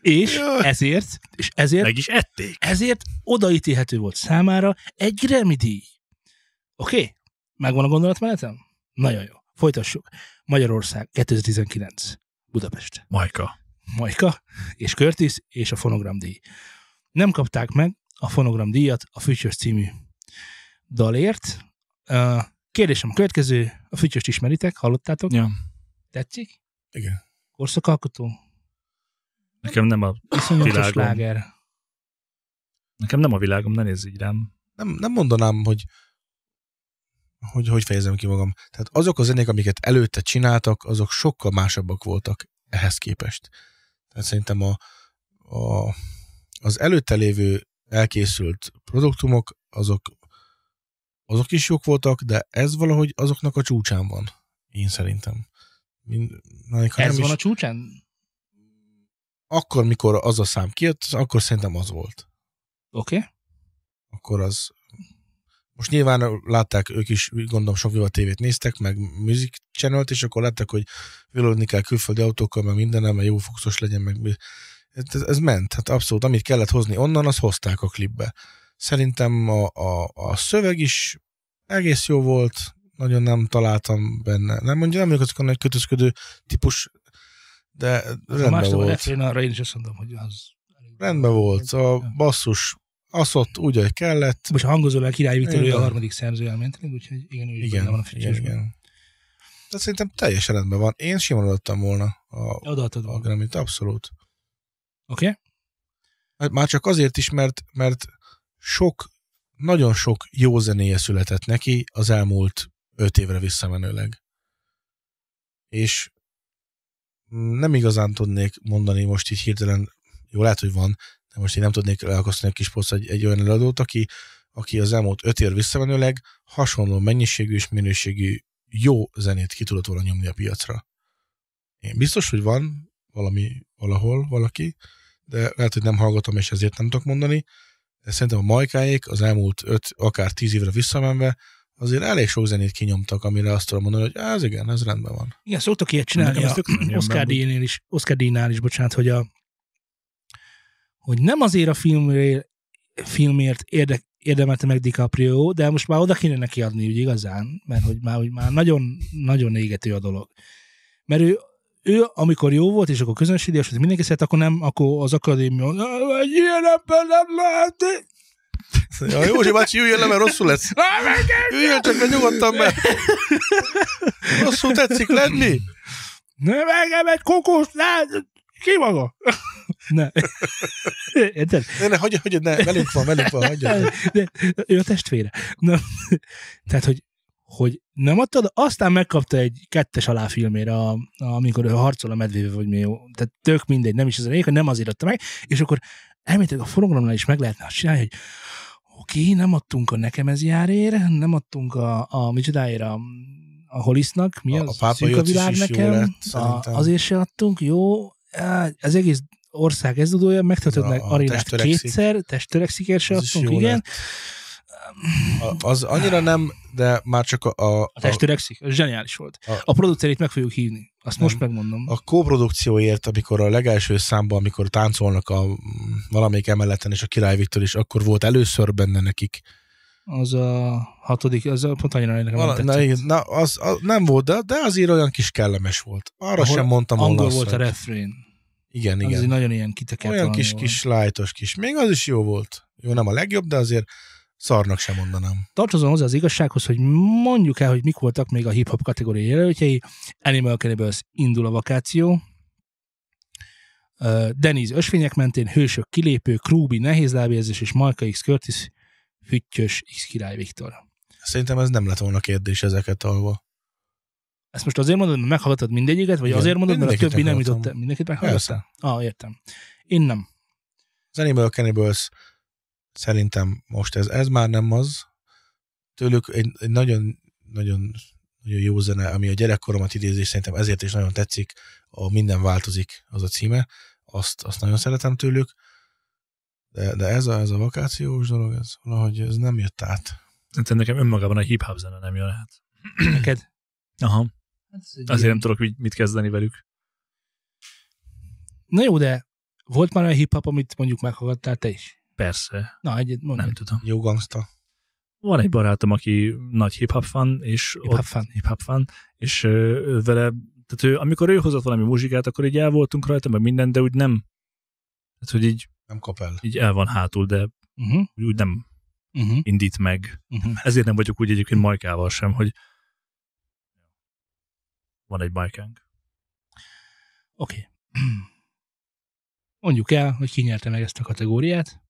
B: és
A: Jaj.
B: ezért, és ezért,
C: Meg is ették.
B: ezért odaítélhető volt számára egy Grammy díj. Oké? Okay? Megvan a gondolatmenetem? Nagyon jó. Folytassuk. Magyarország 2019. Budapest.
C: Majka.
B: Majka, és Curtis, és a fonogram díj. Nem kapták meg a fonogram díjat a Futures című dalért. Ö, Kérdésem a következő, a Futures ismeritek, hallottátok?
C: Ja.
B: Tetszik?
A: Igen.
B: Korszakalkotó,
C: Nekem nem a,
B: iszonyatos
C: Világom.
B: láger.
C: nekem nem a világom, ne nézz így rám.
A: Nem, nem mondanám, hogy hogy hogy fejezem ki magam. Tehát azok a zenék, amiket előtte csináltak, azok sokkal másabbak voltak ehhez képest. Tehát szerintem a, a, az előtte lévő elkészült produktumok, azok, azok is jók voltak, de ez valahogy azoknak a csúcsán van. Én szerintem. Mind, na, ha
B: Ez
A: nem
B: van
A: is-
B: a csúcsán?
A: akkor, mikor az a szám kijött, akkor szerintem az volt.
B: Oké. Okay.
A: Akkor az... Most nyilván látták ők is, gondolom sok Viva tévét néztek, meg Music channel és akkor látták, hogy vilódni kell külföldi autókkal, meg mindenem, meg jó foxos legyen, meg... mi- Ez, ez ment, hát abszolút, amit kellett hozni onnan, azt hozták a klipbe. Szerintem a, a, a szöveg is egész jó volt, nagyon nem találtam benne. Nem mondja, nem vagyok azok a nagy kötözködő típus, de
B: A
A: rendben
B: másnap a
A: volt.
B: refrén arra én is azt mondom, hogy az
A: rendben volt. szóval- A basszus, az ott úgy, ahogy kellett.
B: Most a hangozólag Király Viktor, ő
A: Igen.
B: a harmadik szerző elmenteni, úgyhogy igen, ő is benne
A: Igen,
B: van a
A: igen,
B: fütyösben.
A: igen. Tehát szerintem teljesen rendben van. Én simán odaadtam volna a,
B: Odaadtad
A: a
B: volna.
A: Grammy-t, abszolút.
B: Oké?
A: Hát Már csak azért is, mert, mert sok, nagyon sok jó zenéje született neki az elmúlt öt évre visszamenőleg. És nem igazán tudnék mondani most így hirtelen, jó, lehet, hogy van, de most én nem tudnék leakasztani a kis posz egy, egy olyan előadót, aki, aki az elmúlt öt év visszamenőleg hasonló mennyiségű és minőségű jó zenét ki tudott volna nyomni a piacra. Én biztos, hogy van valami, valahol valaki, de lehet, hogy nem hallgatom, és ezért nem tudok mondani, de szerintem a majkáék az elmúlt 5, akár 10 évre visszamenve azért elég sok zenét kinyomtak, amire azt tudom mondani, hogy "Á, ez igen, ez rendben van.
B: Igen, szoktak ilyet csinálni
C: Nekem ez
B: a
C: tök nagyon
B: Oscar
C: jön be,
B: díjnél is, Oscar díjnál is, bocsánat, hogy a hogy nem azért a filmért, filmért érde, érdemelte meg DiCaprio, de most már oda kéne neki adni, úgy igazán, mert hogy már, hogy már nagyon, nagyon égető a dolog. Mert ő, ő amikor jó volt, és akkor közönséges, hogy mindenki szeret, akkor nem, akkor az akadémia, "Na, egy ilyen ember nem lehet,
A: Ja, Józsi bácsi, üljön le, mert rosszul lesz.
B: Na, meg
A: Üljön csak, mert nyugodtan be. Rosszul tetszik lenni?
B: Nem, engem egy kokos, ne, ki maga? ne. Érted?
A: Ne, ne, hagyja, hagyja, ne, velünk van, velünk van, hagyja.
B: De ő a testvére. Na, tehát, hogy, hogy nem adtad, aztán megkapta egy kettes alá filmére, a, a, amikor ő harcol a medvével, vagy mi jó. Tehát tök mindegy, nem is ez a lényeg, hogy nem azért adta meg, és akkor elméletileg a forgalomnál is meg lehetne azt csinálni, hogy oké, nem adtunk a nekem ez járért, nem adtunk a, a micsodáért a, a holisznak, mi
A: A-
B: az?
A: a Pápa
B: Szűk
A: Jocsis is jó lett,
B: a,
A: szerintem.
B: azért se adtunk, jó, á, az egész ország ez tudója, megtöltöttnek
A: A- a
B: arénát
A: testtörekszik.
B: kétszer, testtörekszikért se
A: Az is
B: adtunk,
A: jó
B: igen.
A: lett. A- Az annyira nem, de már csak a, a,
B: A
A: a,
B: testtörekszik, az zseniális volt.
A: A-
B: A, a producerét meg fogjuk hívni, azt most
A: Nem.
B: megmondom.
A: a kóprodukcióért, amikor a legelső számban, amikor táncolnak a mm, valamelyik emeleten, és a Király Viktor is, akkor volt először benne nekik.
B: Az a hatodik, az a pont annyira nekem
A: Vala,
B: nem
A: na,
B: tetszett.
A: igen, na az, az, nem volt, de, de azért olyan kis kellemes volt. Arra
B: Ahol
A: sem mondtam volna
B: Angol
A: azt,
B: volt a
A: hogy-
B: refrén.
A: Igen,
B: Az egy
A: igen.
B: nagyon ilyen kitekert.
A: Olyan
B: valami
A: kis,
B: volt.
A: kis lájtos kis. Még az is jó volt. Jó, nem a legjobb, de azért szarnak sem mondanám.
B: Tartozom hozzá az igazsághoz, hogy mondjuk el, hogy mik voltak még a hip-hop kategória jelöltjei. Animal Cannibals indul a vakáció. Ö, Deniz ösvények mentén, hősök kilépő, Krúbi nehézlábjegyzés és Marka X Curtis füttyös X király Viktor.
A: Szerintem ez nem lett volna kérdés ezeket alva.
B: Ezt most azért mondod, mert meghallgatod mindegyiket, vagy
A: Igen,
B: azért mondod, mert a
A: mindegyiket
B: többi nem
A: meghallgattam.
B: jutott el? Mindenkit meghallgattam?
A: Persze.
B: Ah, értem. Én nem.
A: Az Animal Cannibals szerintem most ez, ez már nem az. Tőlük egy, egy nagyon, nagyon, nagyon jó zene, ami a gyerekkoromat idézi, és szerintem ezért is nagyon tetszik. A Minden változik az a címe. Azt, azt nagyon szeretem tőlük. De, de ez, a, ez a vakációs dolog, ez valahogy ez nem jött át.
C: Szerintem nekem önmagában a hip-hop zene nem jön át.
B: Neked?
C: Aha, azért nem
B: Igen.
C: tudok mit- mit kezdeni velük.
B: Na jó, de volt már olyan hip-hop, amit mondjuk meghallgattál te is?
C: Persze,
B: Na, egyet mondjad.
C: nem tudom.
A: Jó gangsta.
C: Van egy barátom, aki nagy hip-hop fan, és
B: Hip-hop
C: ott-
B: fan.
C: hip-hop fan, és ö, ő vele, tehát ő, amikor ő hozott valami muzsikát, akkor így el voltunk rajta, meg minden, de úgy nem, tehát hogy így,
A: Nem kap el.
C: így el van hátul, de
B: Uh-huh.
C: úgy- úgy nem
B: Uh-huh.
C: indít meg.
B: Uh-huh.
C: Ezért nem vagyok úgy egyébként Majkával sem, hogy van egy Majkánk.
B: Oké. Mondjuk el, hogy ki nyerte meg ezt a kategóriát.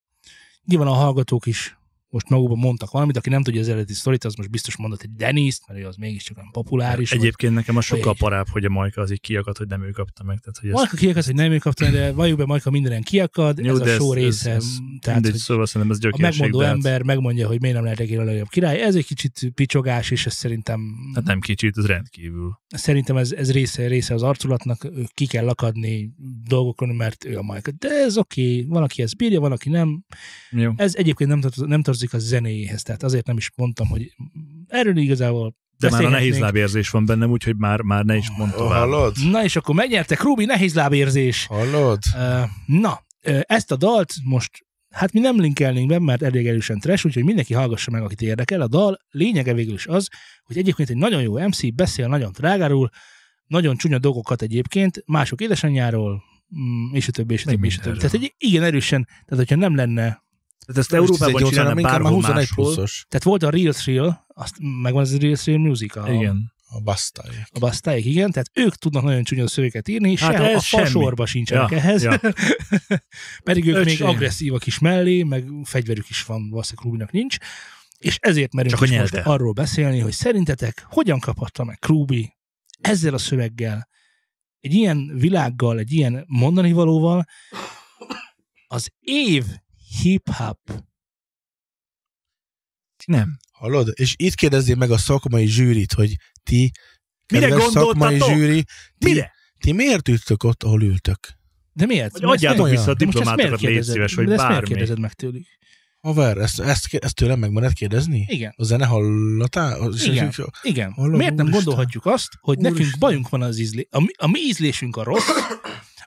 B: Nyilván a hallgatók is most magukban mondtak valamit, aki nem tudja az eredeti sztorit, az most biztos mondott egy Deniszt, mert ő az mégiscsak olyan populáris. volt.
C: Egyébként nekem az sokkal
B: Vagy-
C: parább, hogy a Majka az így kiakadt, hogy nem ő kapta meg. Tehát, hogy ez,
B: Marka kiakad, hogy nem ő kapta, de valljuk be, Marka mindenen kiakad,
C: Jó,
B: ez
C: de
B: a show
C: ez- ez-
B: része.
C: ez
B: tehát,
C: mindegy,
B: hogy
C: szóval szerintem ez
B: a
C: gyökérség,
B: megmondó
C: de hát-
B: ember megmondja, hogy miért nem lehetek én a legjobb király. Ez egy kicsit picsogás, és ez szerintem,
C: Hát nem kicsit, ez rendkívül.
B: szerintem ez, ez része, része az arculatnak, Ő ki kell lakadni dolgokon, mert ő a Marka. De ez oké, okay. van, aki ezt bírja, van, aki nem.
C: Jó.
B: Ez egyébként nem, tartoz, nem tartozik a zenéjéhez, tehát azért nem is mondtam, hogy erről igazából
C: De már a
B: beszélhetnénk.
C: nehéz lábérzés van bennem, úgyhogy már, már ne is mondd
A: Oh,
C: tovább.
A: hallod?
B: Na és akkor megnyertek, Rubi, nehéz lábérzés.
A: Hallod?
B: Ö, Na, ö, ezt a dalt most, hát mi nem linkelnénk be, mert elég erősen trash, úgyhogy mindenki hallgassa meg, akit érdekel. A dal lényege végül is az, hogy egyébként egy nagyon jó MC beszél nagyon drágáról, nagyon csúnya dolgokat egyébként, mások édesanyjáról, mm, és a többi, és a
C: Meg
B: többi, és a többi.
C: mindenre.
B: Tehát egy, igen, erősen, tehát hogyha nem lenne,
C: Tehát ezt
A: Nem is
C: Európában
A: 18,
C: csinálnak
A: hanem inkább
C: bárhol
A: már 21
C: máshol.
A: pluszos.
B: tehát volt a Real Thrill, azt megvan az a Real Thrill Music, a,
C: Igen.
A: A basztály.
B: a basztályok, igen, tehát ők tudnak nagyon csúnya szöveget írni, és
C: Hát
B: hát sehol a
C: ez semmi.
B: fasorba sincsenek
C: Ja,
B: ehhez.
C: ja.
B: Pedig ők még
C: Öcsém.
B: agresszívak is mellé, meg fegyverük is van, valószínűleg Krúbinak nincs. És ezért merünk
C: Csak a
B: is most
C: nyelve.
B: arról beszélni, hogy szerintetek hogyan kaphatta meg Krúbi ezzel a szöveggel, egy ilyen világgal, egy ilyen mondani valóval az év hip-hop.
C: Nem.
A: Hallod? És itt kérdezzél meg a szakmai zsűrit, hogy ti,
C: Mire
A: kedves szakmai
C: gondoltatok?
A: zsűri, ti,
C: Mire?
A: ti miért ültök ott, ahol ültök?
B: De miért?
C: Hogy
B: De ezt
C: adjátok
A: nem
C: vissza a
A: olyan.
B: de most ezt miért
C: diplomátokat, légy
B: kérdezed?
C: szíves, vagy
B: De ezt miért
C: bármi.
B: kérdezed meg tőlük?
A: Haver, ezt, ezt, ezt tőlem meg mered kérdezni?
B: Igen.
A: A zene hallatá? Az-
B: Igen. Igen.
A: Hallom,
B: Miért nem
A: úristen.
B: gondolhatjuk azt, hogy nekünk
A: Úristen.
B: bajunk van az ízlé... a, mi, a mi ízlésünk a rossz,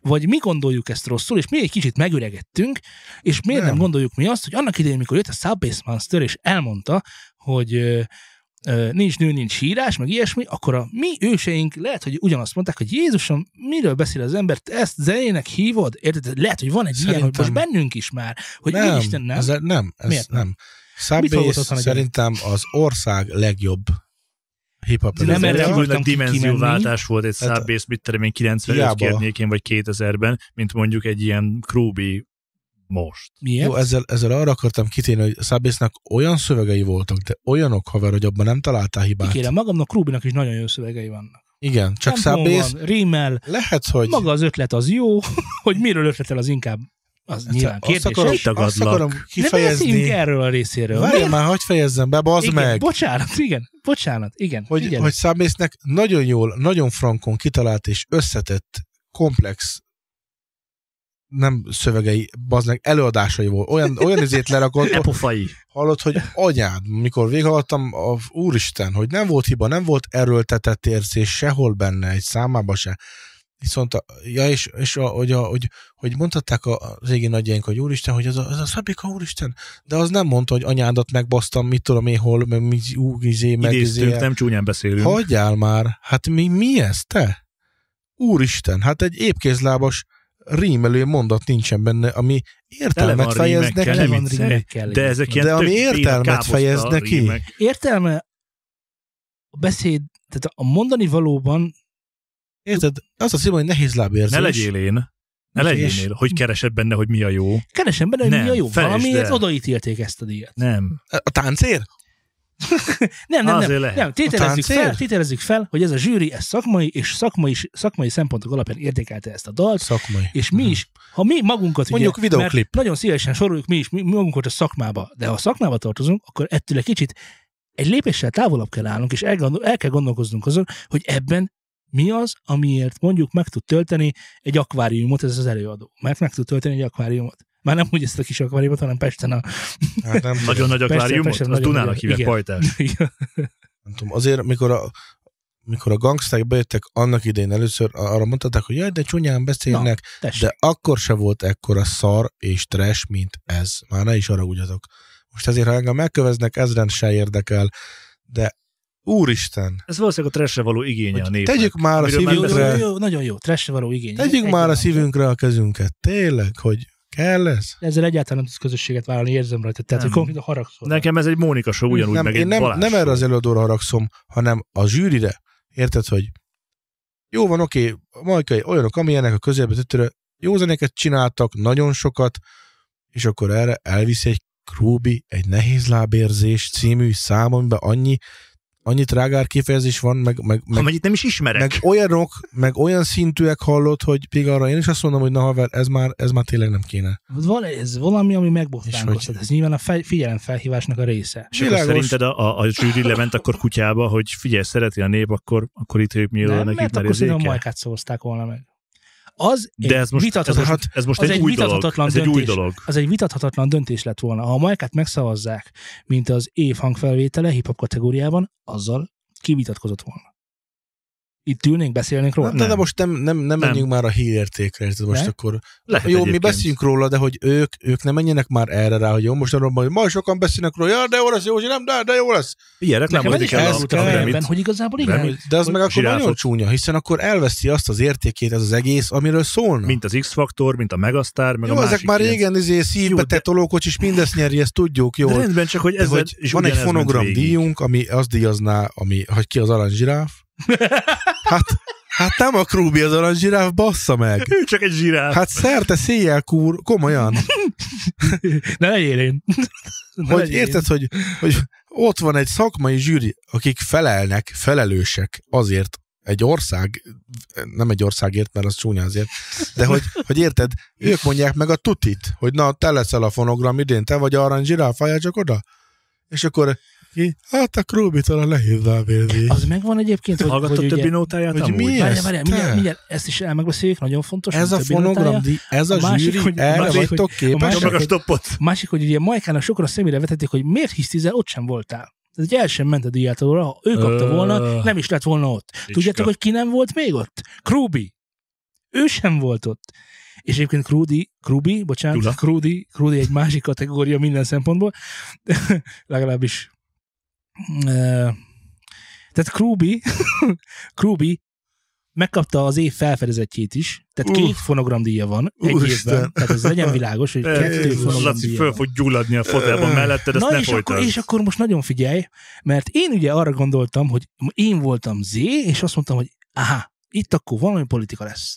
B: vagy mi gondoljuk ezt rosszul, és mi egy kicsit megöregettünk, és miért nem,
A: Nem.
B: nem gondoljuk mi azt, hogy annak idején, mikor jött a Subbase Monster, és elmondta, hogy ö, ö, nincs nő, nincs hírás, meg ilyesmi, akkor a mi őseink lehet, hogy ugyanazt mondták, hogy Jézusom, miről beszél az ember, te ezt zenének hívod? Érted? Lehet, hogy van egy ilyen, hogy
A: Szerintem-
B: most bennünk is már, hogy
A: nem,
B: Isten nem.
A: Ez, nem, ez
B: Miért nem?
A: nem.
B: Mit fogott otthon
A: Subbase
B: a gyerek?
A: szerintem az ország legjobb hip-hop
B: De
C: Nem
B: nem erre
C: erre
A: zenekarja.
B: akartam
C: voltam
B: ki-
C: dimenzióváltás volt egy
A: Tehát-
C: Subbase, mit terem én 95
A: Hiába.
C: környékén, vagy 2000-ben, mint mondjuk egy ilyen Krúbi most.
B: Miért?
A: Jó, ezzel, ezzel arra akartam kitérni, hogy Subbase-nak olyan szövegei voltak, de olyanok, haver, hogy abban nem találtál hibát.
B: Kikérem magamnak, Krúbinak is nagyon jó szövegei vannak.
A: Igen, csak
B: Tempó
A: Subbase,
B: van, rímel,
A: lehet, hogy...
B: maga az ötlet az jó, hogy miről ötletel az inkább, az
A: Egyszer
B: nyilván
A: Hát, azt
B: kérdés.
A: akarom,
B: Akarom,
C: Kitagadlak.
A: azt akarom
B: ne beszéljünk
A: kifejezni.
B: erről a részéről.
A: Várjál
B: Miért?
A: már, hagyd fejezzem be, bazd
B: igen,
A: meg!
B: Bocsánat, igen, bocsánat, igen.
A: hogy,
B: figyelj.
A: hogy Számésznek nagyon jól, nagyon frankon kitalált és összetett, komplex nem szövegei, baznak előadásai volt. Olyan, olyan izét lerakott, hogy
C: Epofai.
A: hallott, hogy anyád, mikor végighallgattam, a, úristen, hogy nem volt hiba, nem volt erőltetett érzés sehol benne, egy számában se. Viszont, a, ja, és, és a, hogy, a, hogy, hogy mondhatták a- az régi nagyjaink, hogy úristen, hogy az a, az a Szabika, úristen, de az nem mondta, hogy anyádat megbasztam, mit tudom én hol, meg mi ú, izé, meg izé,
C: Idéztünk, nem csúnyán beszélünk.
A: Hagyjál már, hát mi, mi ez te? Úristen, hát egy épkézlábas rímelő mondat nincsen benne, ami értelmet
C: van
A: fejez
C: rímekkel,
A: neki.
B: Tele van
C: viccelj.
B: rímekkel,
C: De
B: igen.
C: ezek ilyen
A: De ami
C: tök béna
A: értelmet
C: káposzta
A: fejez neki.
C: rímek.
B: Értelme a beszéd, tehát a mondani valóban,
A: Érted? Az a szívom, hogy nehéz lábérzés.
C: Ne legyél én. Ne legyél
A: És-
C: én, hogy keresed benne, hogy mi a jó.
B: keresem benne, hogy
C: Nem,
B: mi a jó.
C: felejtsd
B: Valamiért
C: el.
B: odaítélték ezt a díjat.
C: Nem.
A: A táncér?
B: Nem, nem, nem.
C: Azért lehet.
B: Nem, tételezzük
A: táncér?
B: fel, tételezzük fel, hogy ez a zsűri, ez szakmai, és szakmai, szakmai szempontok alapján értékelte ezt a dalt,
A: Szakmai.
B: És mi is, Mm-hmm. ha mi magunkat ugye,
A: Mondjuk videoklip.
B: mert Nagyon szívesen soroljuk mi is mi mi magunkat a szakmába, de ha a szakmába tartozunk, akkor ettől egy kicsit egy lépéssel távolabb kell állnunk, és elgondol, el kell gondolkoznunk azon, hogy ebben mi az, amiért mondjuk meg tud tölteni egy akváriumot, ez az előadó. Mert meg tud tölteni egy akváriumot. Már nem úgy ezt a kis akváriumot, hanem Pesten a...
A: Hát nem, tudom,
C: Nagyon nagy
B: Persze,
C: akváriumot?
B: persze,
C: Az
B: nagyon
C: Dunának
B: nagy-
C: hívják
B: igen.
C: pajtás.
A: nem tudom. Azért, mikor a mikor a gangsták bejöttek annak idején először, arra mondták, hogy jaj, de csúnyán beszélnek,
B: Tessék.
A: de akkor se volt ekkora szar és trash, mint ez. Már ne is haragudjatok. Most azért, ha engem megköveznek, ezren se érdekel, de úristen,
C: Ez valószínűleg a trashre való igénye a
A: hogy
C: népnek.
A: tegyük már a
C: Amiről
B: Jó,
C: már
B: jó, jó,
A: szívünkre,
B: jó, nagyon jó, trashre való igény.
A: tegyük
B: Egy-
A: már a
B: egy-
A: szívünkre a kezünket. Tényleg, hogy kell ez?
B: Ezzel egyáltalán nem tudsz közösséget vállalni, érzem rajta. Tehát,
C: Nem.
B: hogy konkrétan haragszol.
C: Nekem ez egy Mónika show ugyanúgy,
A: nem,
C: meg
A: én
C: egy
A: nem,
C: Balázs
A: nem
C: show.
A: erre az előadóra haragszom, hanem a zsűrire. Érted, hogy jó van, oké, majkai olyanok, amilyenek a közelbe tötörő, jó zenéket csináltak, nagyon sokat, és akkor erre elviszi egy Krúbi, egy nehéz lábérzés című szám, amiben annyi, annyi trágár kifejezés van, meg, meg, meg,
C: Amennyit nem is ismerek.
A: meg olyanok, meg olyan szintűek hallott, hogy még arra én is azt mondom, hogy na haver, ez már, ez már tényleg nem kéne.
B: Hát Van ez valami, ami
A: És
B: megbotránkoztat.
A: hogy-
B: Ez nyilván a fej, figyelemfelhívásnak a része.
C: És akkor
A: Világos.
C: szerinted a, a, a zsűri lement akkor kutyába, hogy figyelj, szereti a nép, akkor, akkor itt ők mi
B: Nem,
C: nekik,
B: mert
C: mert
B: akkor
C: ez
B: szerintem a
C: éke.
B: majkát szavazták volna meg. Az
C: De ez most, ez
B: vitathatatlan,
C: most, ez most
B: az
C: egy,
B: egy
C: új dolog.
B: vitathatatlan
C: Ez egy új
B: döntés.
C: dolog.
B: az egy vitathatatlan döntés lett volna. Ha a majkát megszavazzák, mint az év hangfelvétele hip-hop kategóriában, azzal kivitatkozott volna. itt ülnénk, beszélnénk róla?
A: Na, de, de
C: nem.
A: most nem, nem, nem, menjünk már a hírértékre, érted? Most
B: Ne?
A: akkor
C: Lehet
A: jó,
C: egyébként.
A: mi beszéljünk róla, de hogy ők, ők nem menjenek már erre rá, hogy jó, most arról hogy majd sokan beszélnek róla, ja, de jó lesz, Józsi, nem, de, de jó lesz.
C: Ilyenek nem
B: Nekem ez is
C: mondik el a
B: elszúrt a fejemben,
C: piramit.
B: hogy igazából
C: Remit.
B: igen.
A: De az
B: Hogy
A: meg akkor
C: zsiráfot.
A: nagyon csúnya, hiszen akkor elveszi azt az értékét ez az egész, amiről szólna.
C: Mint az X-faktor, mint a Megasztár, meg
A: jó,
C: a másik
A: ezek már
C: ilyen-
A: régen izé,
C: Jó,
A: szívbe
C: de-
A: tett olókocs, és mindezt nyeri, ezt tudjuk,
C: De
A: jól.
C: rendben, csak hogy
A: De
C: ez
A: hogy van egy fonogram díjunk, ami azt díjazná, ami, hogy ki az aranyzsiráf. Hát, hát nem a Krúbi az aranyzsiráf, bassza meg.
C: Ő csak egy zsiráf.
A: Hát szerte széjjel kúr, komolyan.
B: Ne legyél én. Ne
A: Hogy
B: legyél én.
A: érted, hogy, hogy ott van egy szakmai zsűri, akik felelnek, felelősek azért egy ország, nem egy országért, mert az csúnya azért, de hogy, hogy érted, ők mondják meg a tutit, hogy na, te leszel a fonogram idén, te vagy arany zsiráfájá, csak oda. És akkor ki? Hát a Krúbitól a nehéz védi.
B: Az megvan egyébként, hogy,
C: Hallgattad
B: hogy
C: többi
B: ugye...
C: nótáját
A: hogy
C: amúgy?
A: mi?
B: Várjál,
A: Ezt
B: várjál,
A: te?
B: mindjárt, mindjárt, ezt is el megbeszéljük, nagyon fontos.
A: Ez
B: hogy
A: a
B: többi notája.
A: fonogram, ez a,
B: A másik,
A: zsűri,
B: hogy- a
A: erre
B: másik, hogy-
A: vagytok
B: a
A: képesek?
B: másik,
C: Csak a stoppot.
B: A másik, hogy ugye Majkának sokra szemére vetették, hogy miért hisztizel, ott sem voltál. Ez egy el sem ment a díját alól, ha ő kapta
C: Ö.
B: volna, nem is lett volna ott. Tudjátok, hogy ki nem volt még ott? Krúbi. Ő sem volt ott. És egyébként Krúdi, Krúbi,
C: Gyula.
B: bocsánat, Krúdi, Krúdi egy másik kategória minden szempontból, legalábbis. Ö, Tehát Krúbi, Krúbi megkapta az év felfedezettjét is, tehát
A: Uff.
B: két fonogramdíja van egy
A: Úristen.
B: évben, tehát ez legyen világos, hogy kettő
A: Jézus,
C: Laci
B: fonogramdíja
C: föl
B: van.
C: fog gyulladni a fotelban melletted, ezt
B: Na
C: ne
B: és akkor, és
C: folytasd.
B: akkor most nagyon figyelj, mert én ugye arra gondoltam, hogy én voltam Z, és azt mondtam, hogy aha, itt akkor valami politika lesz.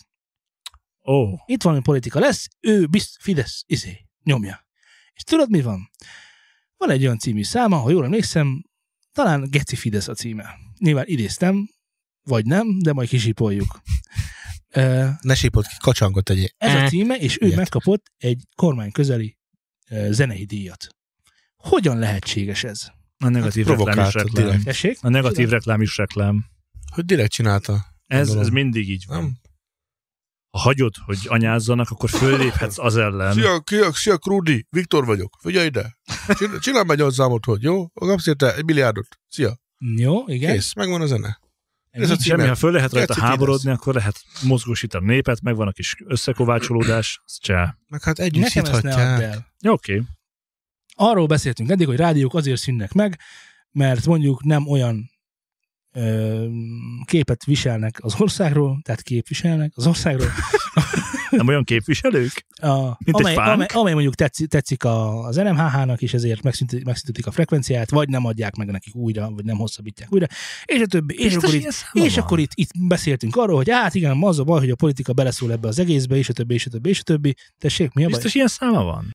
C: Ó,
B: Itt valami politika lesz, ő bizt, Fidesz, izé, nyomja. És tudod mi van? Van egy olyan című száma, ha jól emlékszem, talán Geci Fidesz a címe. Nyilván idéztem, vagy nem, de majd kisipoljuk. Ö,
A: Ne sípod ki, kacsangot tegyél.
B: ez a címe, és ő
A: Ilyet.
B: megkapott egy kormány közeli ö, zenei díjat. Hogyan lehetséges ez?
C: a negatív
A: Hát
C: reklám is
A: provokáltad
C: reklám.
A: direkt.
B: Tessék?
C: A negatív reklám is reklám.
A: Hogy direkt csinálta,
C: Ez, ez
A: Gondolom.
C: mindig így van.
A: nem?
C: Ha hagyod, hogy anyázzanak, akkor fölléphetsz az ellen.
A: Szia, szia, szia, Krúdi, Viktor vagyok, figyelj ide. Csin- Csinálj meg nyolc számot, hogy jó? Kapsz érte egy milliárdot. Szia.
B: Jó, igen.
A: Kész, megvan a zene.
B: Ennyi?
A: Ez a
C: Semmi, ha
A: címe.
C: föl lehet rajta
A: Geci
C: háborodni, akkor lehet mozgósítani a népet, megvan a kis összekovácsolódás, az csá.
A: Meg hát együtt
B: Nekem ezt ne add
A: szíthatják.
B: el.
C: Jó, Oké.
B: Arról beszéltünk eddig, hogy rádiók azért szűnnek meg, mert mondjuk nem olyan ö, képet viselnek az országról, tehát képviselnek az országról,
C: Nem olyan képviselők?
B: a,
C: Mint egy
B: amely,
C: fánk?
B: amely, amely mondjuk tetszik, tetszik a, az NMHH-nak, és ezért megszüntetik, megszüntetik a frekvenciát, vagy nem adják meg nekik újra, vagy nem hosszabbítják újra, és a többi. És
C: Biztos
B: akkor,
C: ilyen
B: itt,
C: száma
B: és
C: van?
B: akkor itt, itt beszéltünk arról, hogy hát igen, az a baj, hogy a politika beleszól ebbe az egészbe, és a többi, és a többi, és a többi. Tessék, mi a baj?
C: Biztos ilyen száma van?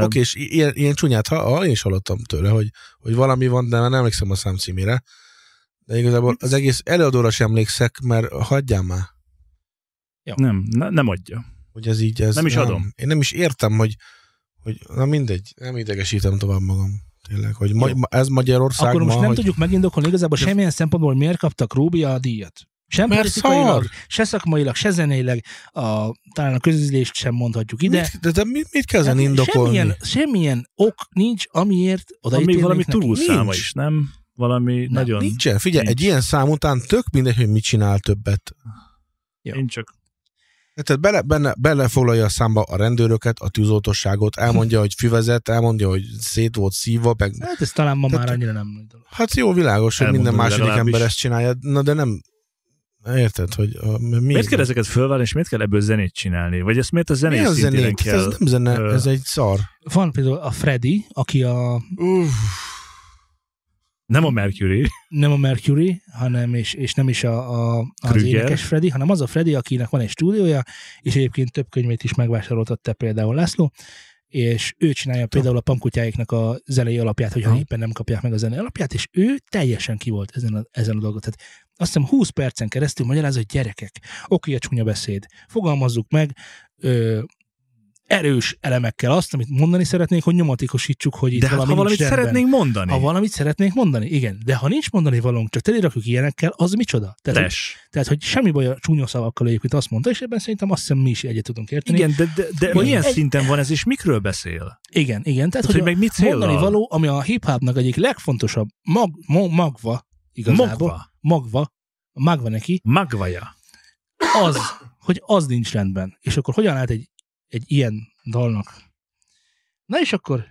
A: Oké, és i- ilyen, ilyen csúnyát, ha, ha, én is hallottam tőle, hogy, hogy valami van, de már nem emlékszem a szám címére. De igazából az egész előadóra sem emlékszek, mert hagyjál már.
C: Nem, ne, nem adja.
A: Hogy ez így, ez
C: Nem is adom.
A: Én nem is értem, hogy, hogy na mindegy, nem idegesítem tovább magam. Tényleg, hogy ma,
B: Jó.
A: ma- ez Magyarország
B: Akkor
A: ma,
B: most nem
A: hogy...
B: tudjuk megindokolni igazából semmilyen szempontból, hogy miért kaptak Rubi a díjat. Sem
A: Mert
B: politikailag,
A: szar.
B: se szakmailag, se zeneileg, a, talán a közülést sem mondhatjuk ide. Hát
A: Mit, de, de mit, mit kell ezen
B: Tehát
A: indokolni?
B: Semmilyen, semmilyen ok nincs, amiért oda
C: Van még valami túlszáma
A: Nincs.
C: is, nem? Valami nagyon...
A: Nincsen, figyelj,
C: Nincs.
A: egy ilyen szám után tök mindegy, hogy mit csinál többet.
C: Én csak
A: Tehát bele, benne, belefoglalja a számba a rendőröket, a tűzoltóságot, elmondja, hogy füvezett, elmondja, hogy szét volt szívva, meg...
B: Hát ez talán ma
A: Tehát-
B: már annyira nem nagy dolog.
A: Hát jó, világos, hogy minden
C: Elmondod
A: második
C: legalábbis.
A: ember ezt csinálja, na de nem... Érted, hogy a, mi,
C: Miért kell ezeket fölválni, és miért kell ebből zenét csinálni? Vagy ezt miért a
A: Mi
C: zenés
A: a
C: szintéren
A: zenék?
C: kell?
A: Ez nem zene,
C: Ö.
A: ez egy szar.
B: Van például a Freddy, aki a,
A: Uff.
C: Nem a Mercury.
B: nem a Mercury, hanem és, és nem is a, a, az
C: Krüger.
B: énekes Freddy, hanem az a Freddy, akinek van egy stúdiója, és egyébként több könyvét is megvásároltatta te például László, és ő csinálja például a pamkutyáiknak a zenei alapját, hogyha
C: Aha.
B: éppen nem kapják meg a zenei alapját, és ő teljesen ki volt ezen a, ezen a dolgot. Tehát azt hiszem 20 percen keresztül magyaráz, hogy gyerekek, oké a csúnya beszéd, fogalmazzuk meg ö, erős elemekkel azt, amit mondani szeretnék, hogy nyomatékosítsuk, hogy itt
C: De hát,
B: valami
C: ha
B: nincs
C: valamit
B: rendben.
C: szeretnénk mondani.
B: Ha valamit szeretnénk mondani, igen. De ha nincs mondani valónk, csak telirakjuk ilyenekkel, az micsoda? Tehát, hogy,
C: Tes.
B: tehát, hogy semmi baj a csúnya szavakkal egyébként azt mondta, és ebben szerintem azt hiszem mi is egyet tudunk érteni.
C: Igen, de, de, de
B: Hogy
C: milyen
B: egy-
C: szinten van ez, és mikről beszél?
B: igen. igen tehát,
C: Hát, hogy
B: hogy,
C: meg mit
B: a mondani
C: célral?
B: való, ami a hip-hopnak egyik legfontosabb mag, mo, magva, igazából.
C: Magva.
B: Magva, a mágva neki,
C: Magvaja.
B: az, hogy az nincs rendben. És akkor hogyan lehet egy, egy ilyen dalnak? Na és akkor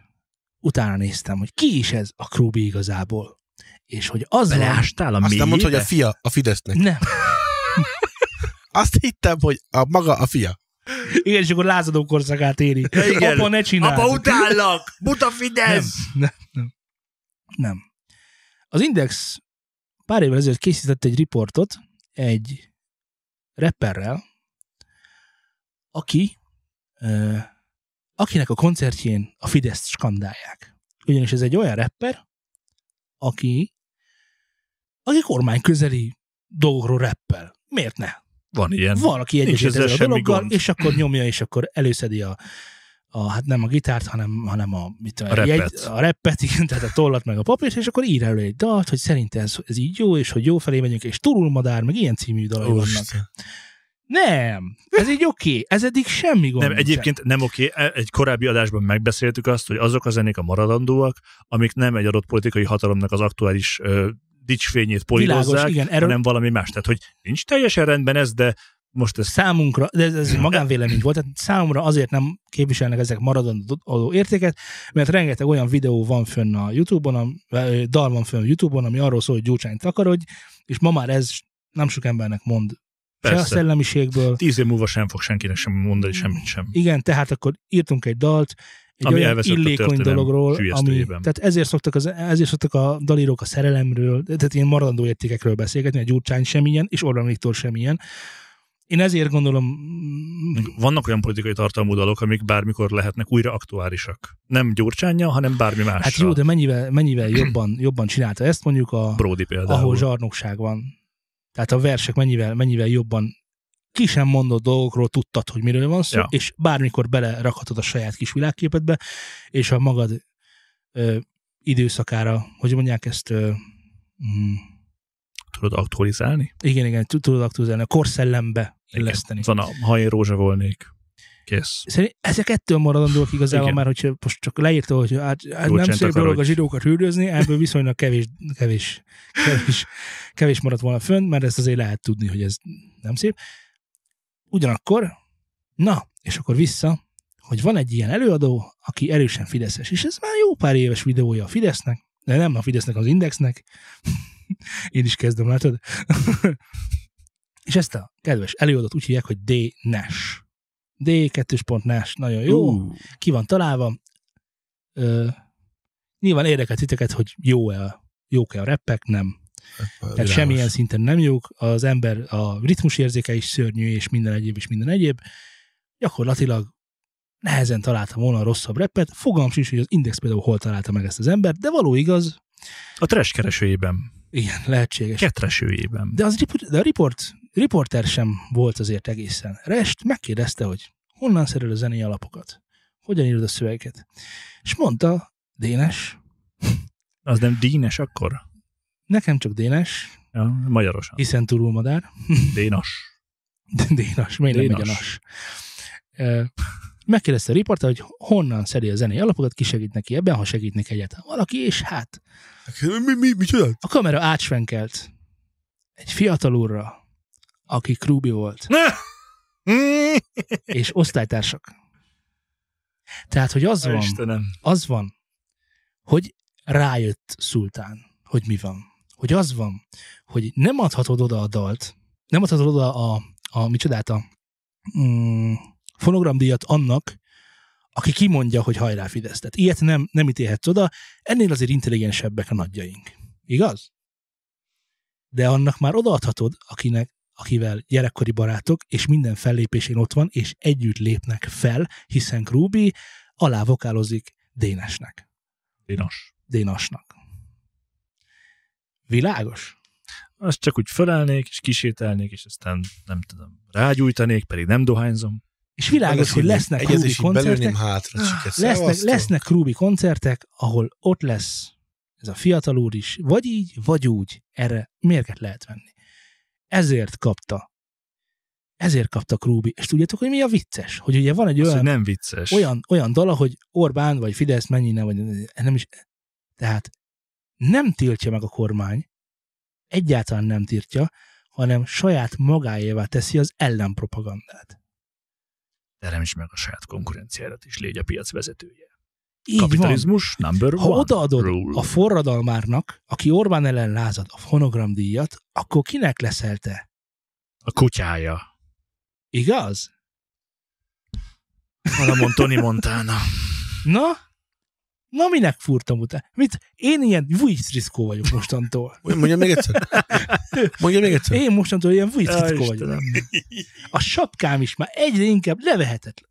B: utána néztem, hogy ki is ez a Krúbi igazából. És hogy az van...
C: Beleástál a
A: Aztán mondta, hogy a
C: mélyébe?
A: fia a Fidesznek.
B: Nem.
A: Azt hittem, hogy a maga a fia.
B: Igen, és akkor lázadó korszakát éri.
C: Ja, igen.
B: Apa, ne csináld.
C: utállak! Buta
B: nem,
C: Fidesz!
B: nem, nem. Nem. Az Index pár évvel ezelőtt készített egy riportot egy rapperrel, aki, ö, akinek a koncertjén a Fideszt skandálják. Ugyanis ez egy olyan rapper, aki, aki kormány közeli dolgokról rappel. Miért ne?
C: Van ilyen.
B: valaki egyesít
C: ezzel
B: ezzel a
C: semmi
B: dologgal,
C: gond.
B: és akkor nyomja, és akkor előszedi a, a hát nem a gitárt, hanem, hanem a, mit tudom,
C: A
B: egy-
C: rappet.
B: a rappet, igen, tehát a tollat meg a papírt, és akkor ír elő egy dalt, hogy szerinte ez, ez így jó, és hogy jó felé megyünk, és turulmadár, meg ilyen című dalai vannak.
A: Úristen.
B: Nem, ez így oké, okay, ez eddig semmi gond.
C: Nem,
B: nincsen.
C: egyébként nem oké. E, Egy korábbi adásban megbeszéltük azt, hogy azok a zenék a maradandóak, amik nem egy adott politikai hatalomnak az aktuális ö, dicsfényét polírozzák,
B: Világos, igen, erről
C: hanem valami más. Tehát, hogy nincs teljesen rendben ez, de most ez
B: számunkra, de ez, ez magánvélemény volt, tehát számomra azért nem képviselnek ezek maradandó értéket, mert rengeteg olyan videó van fönn a Youtube-on, am- ö, dal van fönn a Youtube-on, ami arról szól, hogy gyurcsányt takarodj, és ma már ez nem sok embernek mond se a
C: persze.
B: szellemiségből.
C: Tíz év múlva sem fog senkinek sem mondani semmit sem.
B: Igen, tehát akkor írtunk egy dalt, egy
C: Ami
B: ami olyan
C: elveszett a
B: illékony
C: történelem
B: dologról, ami,
C: hülyesztőjében.
B: tehát ezért szoktak, az, ezért szoktak a dalírók a szerelemről, tehát ilyen maradandó értékekről beszélgetni, a Gyurcsány sem ilyen, és Orbán Viktor sem ilyen. Én ezért gondolom, mm,
C: Vannak olyan politikai tartalmú dalok, amik bármikor lehetnek újra aktuálisak. Nem Gyurcsánya, hanem bármi másra.
B: Hát jó, de mennyivel, mennyivel jobban, jobban csinálta ezt mondjuk, a,
C: Brody például.
B: ahol zsarnokság van. Tehát a versek mennyivel, mennyivel jobban ki sem mondott dolgokról tudtad, hogy miről van szó,
C: Ja.
B: ja. és bármikor belerakhatod a saját kis világképedbe, és a magad ö, időszakára, hogy mondják ezt, ö, mm,
C: Tudod aktualizálni?
B: igen, igen, tud- tudod aktualizálni, a korszellembe illeszteni.
C: Van a ha én rózsa volnék. Kész.
B: Szerintem ezek ettől maradandók igazából
C: Igen.
B: már, hogyha most csak leírta, hogy hát, hát nem
C: Gyurcsányt
B: szép dolog a
C: akarodj.
B: zsidókat hűrözni, ebből viszonylag kevés, kevés, kevés, kevés maradt volna fönn, mert ezt azért lehet tudni, hogy ez nem szép. Ugyanakkor, na, és akkor vissza, hogy van egy ilyen előadó, aki erősen Fideszes, és ez már jó pár éves videója a Fidesznek, de nem a Fidesznek, az Indexnek. Én is kezdem, látod? és ezt a kedves előadót úgy hívják, hogy D. Nash. D. kettős pont Nash, nagyon jó
C: Ú,
B: ki van találva. Ö, nyilván érdekel titeket, hogy jó-e, a- jók-e a rappek, nem. Tehát semmilyen szinten nem jók, az ember a ritmus érzéke is szörnyű, és minden egyéb, és minden egyéb. Gyakorlatilag nehezen találtam volna a rosszabb repet, fogalmam sincs, hogy az Index például hol találta meg ezt az embert, de való igaz,
C: A trash keresőjében.
B: igen, lehetséges.
C: Ketresőjében.
B: De, az, riport- de a riport, riporter sem volt azért egészen. Rest megkérdezte, hogy honnan szerel a zenei alapokat? Hogyan írod a szövegeket? És mondta, Dénes,
C: Az nem dínes akkor?
B: nekem csak Dénes,
C: Ja, magyarosan.
B: hiszen turulmadár,
C: Dénas.
B: Dénas, miért nem megy a
C: Dénas.
B: nas? Ö, Megkérdezte a riporter, hogy honnan szedi a zenei alapokat, ki segít neki ebben, ha segít neki egyáltalán valaki, és hát
A: Mi, mi, mi csinál?
B: A kamera átsvenkelt egy fiatal úrra, aki Krúbi volt, és osztálytársak. Tehát, hogy az van,
C: Istenem.
B: az van, hogy rájött Szultán, hogy mi van. Hogy az van, hogy nem adhatod oda a dalt, nem adhatod oda a, a micsodát, a mm, fonogramdíjat annak, aki kimondja, hogy hajrá Fidesz. Tehát ilyet nem, nem ítélhetsz oda, ennél azért intelligensebbek a nagyjaink. Igaz? De annak már odaadhatod, akinek, akivel gyerekkori barátok, és minden fellépésén ott van, és együtt lépnek fel, hiszen Krúbi alá vokálozik Dénesnek,
C: Dénas.
B: Dénasnak. Világos?
C: Azt csak úgy fölállnék, és kisétálnék, és aztán nem tudom, rágyújtanék, pedig nem dohányzom.
B: És világos, hogy lesznek Krúbi koncertek,
A: belőném hátra, csiket.
B: lesznek,
A: Szevasztok.
B: lesznek Krúbi koncertek, ahol ott lesz ez a fiatal úr is, vagy így, vagy úgy, erre mérget lehet venni. Ezért kapta. Ezért kapta Krúbi. És tudjátok, hogy mi a vicces? Hogy ugye van egy
C: Az,
B: olyan
C: hogy nem vicces.
B: olyan, olyan dala, hogy Orbán vagy Fidesz mennyi nem, vagy nem is. Tehát nem tiltja meg a kormány, egyáltalán nem tiltja, hanem saját magáévá teszi az ellenpropagandát.
C: Teremts meg a saját konkurenciádat, és légy a piac vezetője.
B: Így van.
C: Kapitalizmus number
B: Ha
C: one.
B: odaadod
C: rule.
B: a forradalmárnak, aki Orbán ellen lázad a fonogramdíjat, akkor kinek leszel te?
C: a kutyája.
B: Igaz?
C: Valamon Tony Montana.
B: Na? Na, minek furtam utána? Mit? Én ilyen vujszriszkó vagyok mostantól.
A: Mondja még egyszer. Mondja még egyszer.
B: Én mostantól ilyen
C: Jaj,
B: vujszriszkó vagyok.
C: Istenem.
B: A sapkám is már egyre inkább levehetetlen.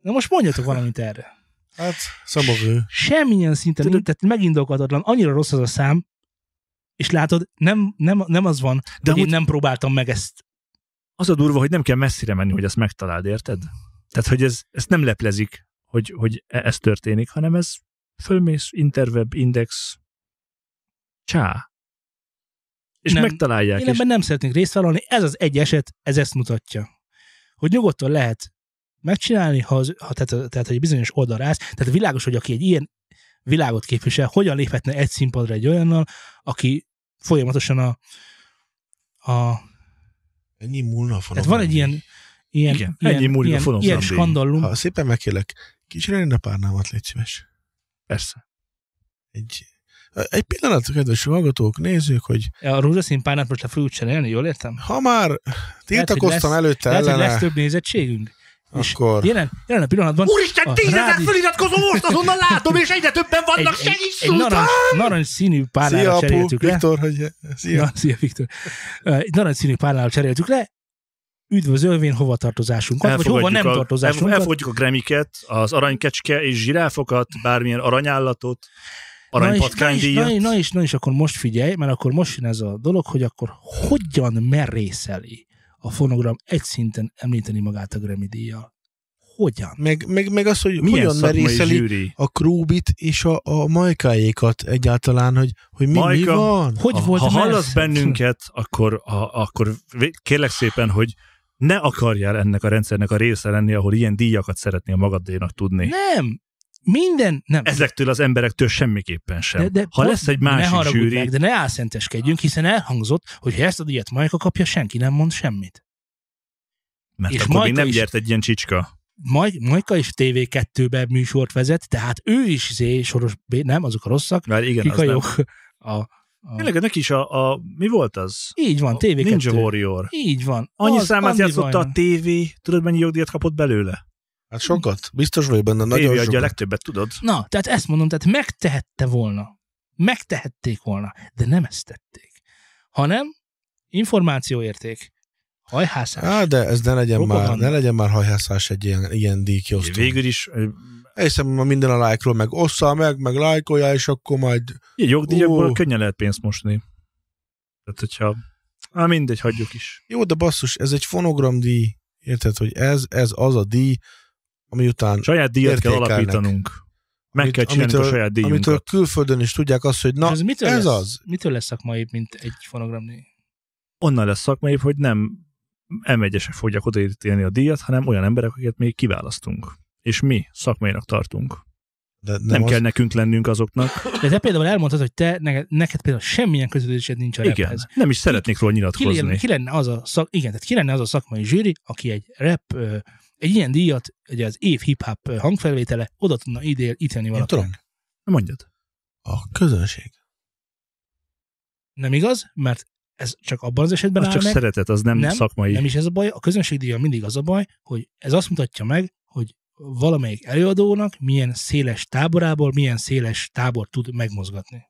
B: Na most mondjatok valamit erre.
A: Hát, szabogő.
B: Semmilyen szinten,
C: Tudod-
B: Tudod, tehát megindokolhatatlan, annyira rossz az a szám, és látod, nem, nem, nem az van,
C: De
B: De hogy
C: amúgy
B: én nem próbáltam meg ezt.
C: az a durva, hogy nem kell messzire menni, hogy ezt megtaláld, érted? Tehát, hogy ez, ezt nem leplezik, hogy, hogy e- ez történik, hanem ez fölmész, interweb, index, csá. És
B: Nem.
C: nem. megtalálják.
B: Én
C: és
B: ebben nem szeretnék részt vállalni, ez az egy eset, ez ezt mutatja. Hogy nyugodtan lehet megcsinálni, ha, az, ha tehát, tehát egy bizonyos oldalrász, tehát világos, hogy aki egy ilyen világot képvisel, hogyan léphetne egy színpadra egy olyannal, aki folyamatosan a, a
A: Ennyi múlna a fonom.
B: tehát Hát van egy ilyen ilyen,
C: Igen,
B: ilyen,
C: ennyi múlik a
B: ilyen,
C: Hát. fonogramdíj.
B: ilyen skandallum,
A: Ha szépen megkérlek, kicserélni a párnámat, légy szíves.
C: Persze.
A: Egy, egy pillanat, kedves hallgatók, nézzük, hogy
B: a rózsaszín párnát most le fogjuk cserélni, jól értem?
A: ha már tiltakoztam
B: lesz-
A: előtte
B: Lehet, hogy lesz
A: ellene,
B: több nézettségünk. És
A: akkor...
B: jelen, jelen a pillanatban
D: Úristen,
B: A
D: tízezer
B: rádi-
D: feliratkozó most, azonnal látom, és egyre többen
B: egy,
D: vannak,
B: egy,
D: segíts
B: egy narancs, narancs színű
A: Szia,
B: párnára
A: apu,
B: cseréltük le.
A: Viktor, hogy... Szia.
B: Na, szia, Viktor. Ö, Egy narancs színű párnára cseréltük le. Üdvözölvén hova tartozásunkat, vagy hova nem
C: a,
B: tartozásunkat.
C: elf- Elfogadjuk a gremiket, az aranykecske és zsiráfokat, bármilyen aranyállatot,
B: na, és,
C: aranypatkánydíjat.
B: na, és, na, és akkor most figyelj, mert akkor most jön ez a dolog, hogy akkor hogyan merészeli a fonogram egy szinten említeni magát a Grammy díjjal. Hogyan?
A: Meg, meg, meg az, hogy
C: Milyen
A: hogyan
C: szakmai
A: merészeli
C: zsűri?
A: a Krúbit és a, a Majkáékat egyáltalán, hogy, hogy mi, mi
C: Majka.
A: van?
B: Hogy
C: ha,
B: volt
C: ha
B: merészeli?
C: hallasz bennünket, akkor, a, akkor vé- kérlek szépen, hogy ne akarjál ennek a rendszernek a része lenni, ahol ilyen díjakat szeretnél magadénak tudni.
B: Nem! Minden, nem.
C: Ezektől az emberektől semmiképpen sem. De, de, ha
B: pont-
C: lesz egy
B: ne
C: másik
B: haragudj
C: zsűri,
B: Meg,
C: meg,
B: de ne álszenteskedjünk, hiszen elhangzott, hogy ha ezt a díjat Majka kapja, senki nem mond semmit.
C: mert
B: és
C: akkor még
B: Majka
C: nem
B: is-
C: gyert egy ilyen csicska.
B: Maj, Majka is TV2-be műsort vezet, tehát ő is zé, soros B, nem, azok a rosszak,
C: Már igen,
B: kik
C: az
B: a
C: nem.
B: jók. A, a,
C: Tényleg neki is a, a, mi volt az?
B: így van, TV2.
C: Ninja Warrior.
B: Így van.
C: Annyi
B: Az,
C: számát
B: Andi
C: játszotta a
B: Vajna.
C: tévé, tudod mennyi jogdíjat kapott belőle?
A: Hát sokat. Biztos vagy benne,
C: Nagyon
A: nagyon
C: tévé adja a
A: sokat.
C: legtöbbet, tudod?
B: Na, tehát ezt mondom, tehát megtehette volna. Megtehették volna, de nem ezt tették. Hanem információérték. Hajhászás.
A: Á, de ez ne legyen már,
B: Propaganda.
A: ne legyen már hajhászás egy ilyen, ilyen díjkiosztó. Végül...
C: Végül is ö,
A: Hiszem, ma minden a lájkról, meg osszal meg, meg lájkolja, és akkor majd
C: ilyen jogdíjakból
A: Ó.
C: könnyen lehet pénzt mosni. Tehát, hogyha... Á, mindegy, hagyjuk is.
A: Jó, de basszus, ez egy fonogramdíj, érted, hogy ez, ez az a díj, ami után,
C: Saját díjat kell
A: Értékelnek.
C: alapítanunk. Meg
A: Amit-
C: kell csinálni a
A: amitől-
C: saját
A: amitől
C: díjunkat.
A: külföldön is tudják azt, hogy na,
B: És ez mitől
A: ez
B: lesz?
A: az.
B: Mitől lesz szakmaibb, mint egy fonogramnél?
C: Onnan lesz szakmai, hogy nem M1-esek fogják odaítélni a díjat, hanem olyan emberek, akiket még kiválasztunk. És mi szakmainak tartunk.
A: de
C: Nem, nem
A: az,
C: kell nekünk lennünk azoknak.
B: De te például elmondtad, hogy te, neked, neked például semmilyen közülésed nincs a
C: Igen,
A: hát
B: raphez.
C: nem is szeretnék róla
B: Ki lenne,
C: nyilatkozni.
B: ki lenne az a szak, igen, tehát ki lenne az a szakmai zsűri, aki egy rap, ö, egy ilyen díjat, ugye az év hip-hop ö, hangfelvétele, oda tudna idél, ítélni
A: Én
B: valakinek.
A: tudom,
C: Mondjad.
A: a közönség.
B: Nem igaz, mert ez csak abban az esetben
C: Az
B: áll
C: csak
B: meg,
C: szeretet, az nem,
B: Nem,
C: szakmai.
B: nem is ez a baj, a közönségdíja mindig az a baj, hogy ez azt mutatja meg, hogy valamelyik előadónak milyen széles táborából, milyen széles tábor tud megmozgatni.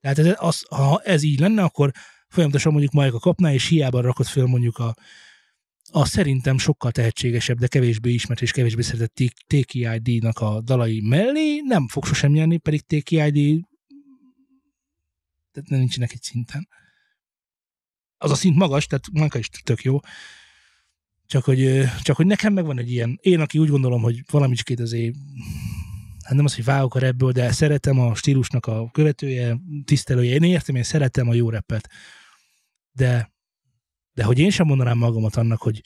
B: Tehát ez, az, ha ez így lenne, akkor folyamatosan mondjuk Majka kapná, és hiába rakott föl mondjuk a, a szerintem sokkal tehetségesebb, de kevésbé ismert és kevésbé szeretett TKID-nak a dalai mellé, nem fog sosem nyerni, pedig TKID tehát nem nincsenek egy szinten. Az a szint magas, tehát Majka is tök jó, csak hogy, ö, csak hogy nekem megvan egy ilyen, én aki úgy gondolom, hogy valamicskét azért, hát nem az, hogy vágok a rebből, de szeretem a stílusnak a követője, tisztelője, én értem, én szeretem a jó repet, de, de hogy én sem mondanám magamat annak, hogy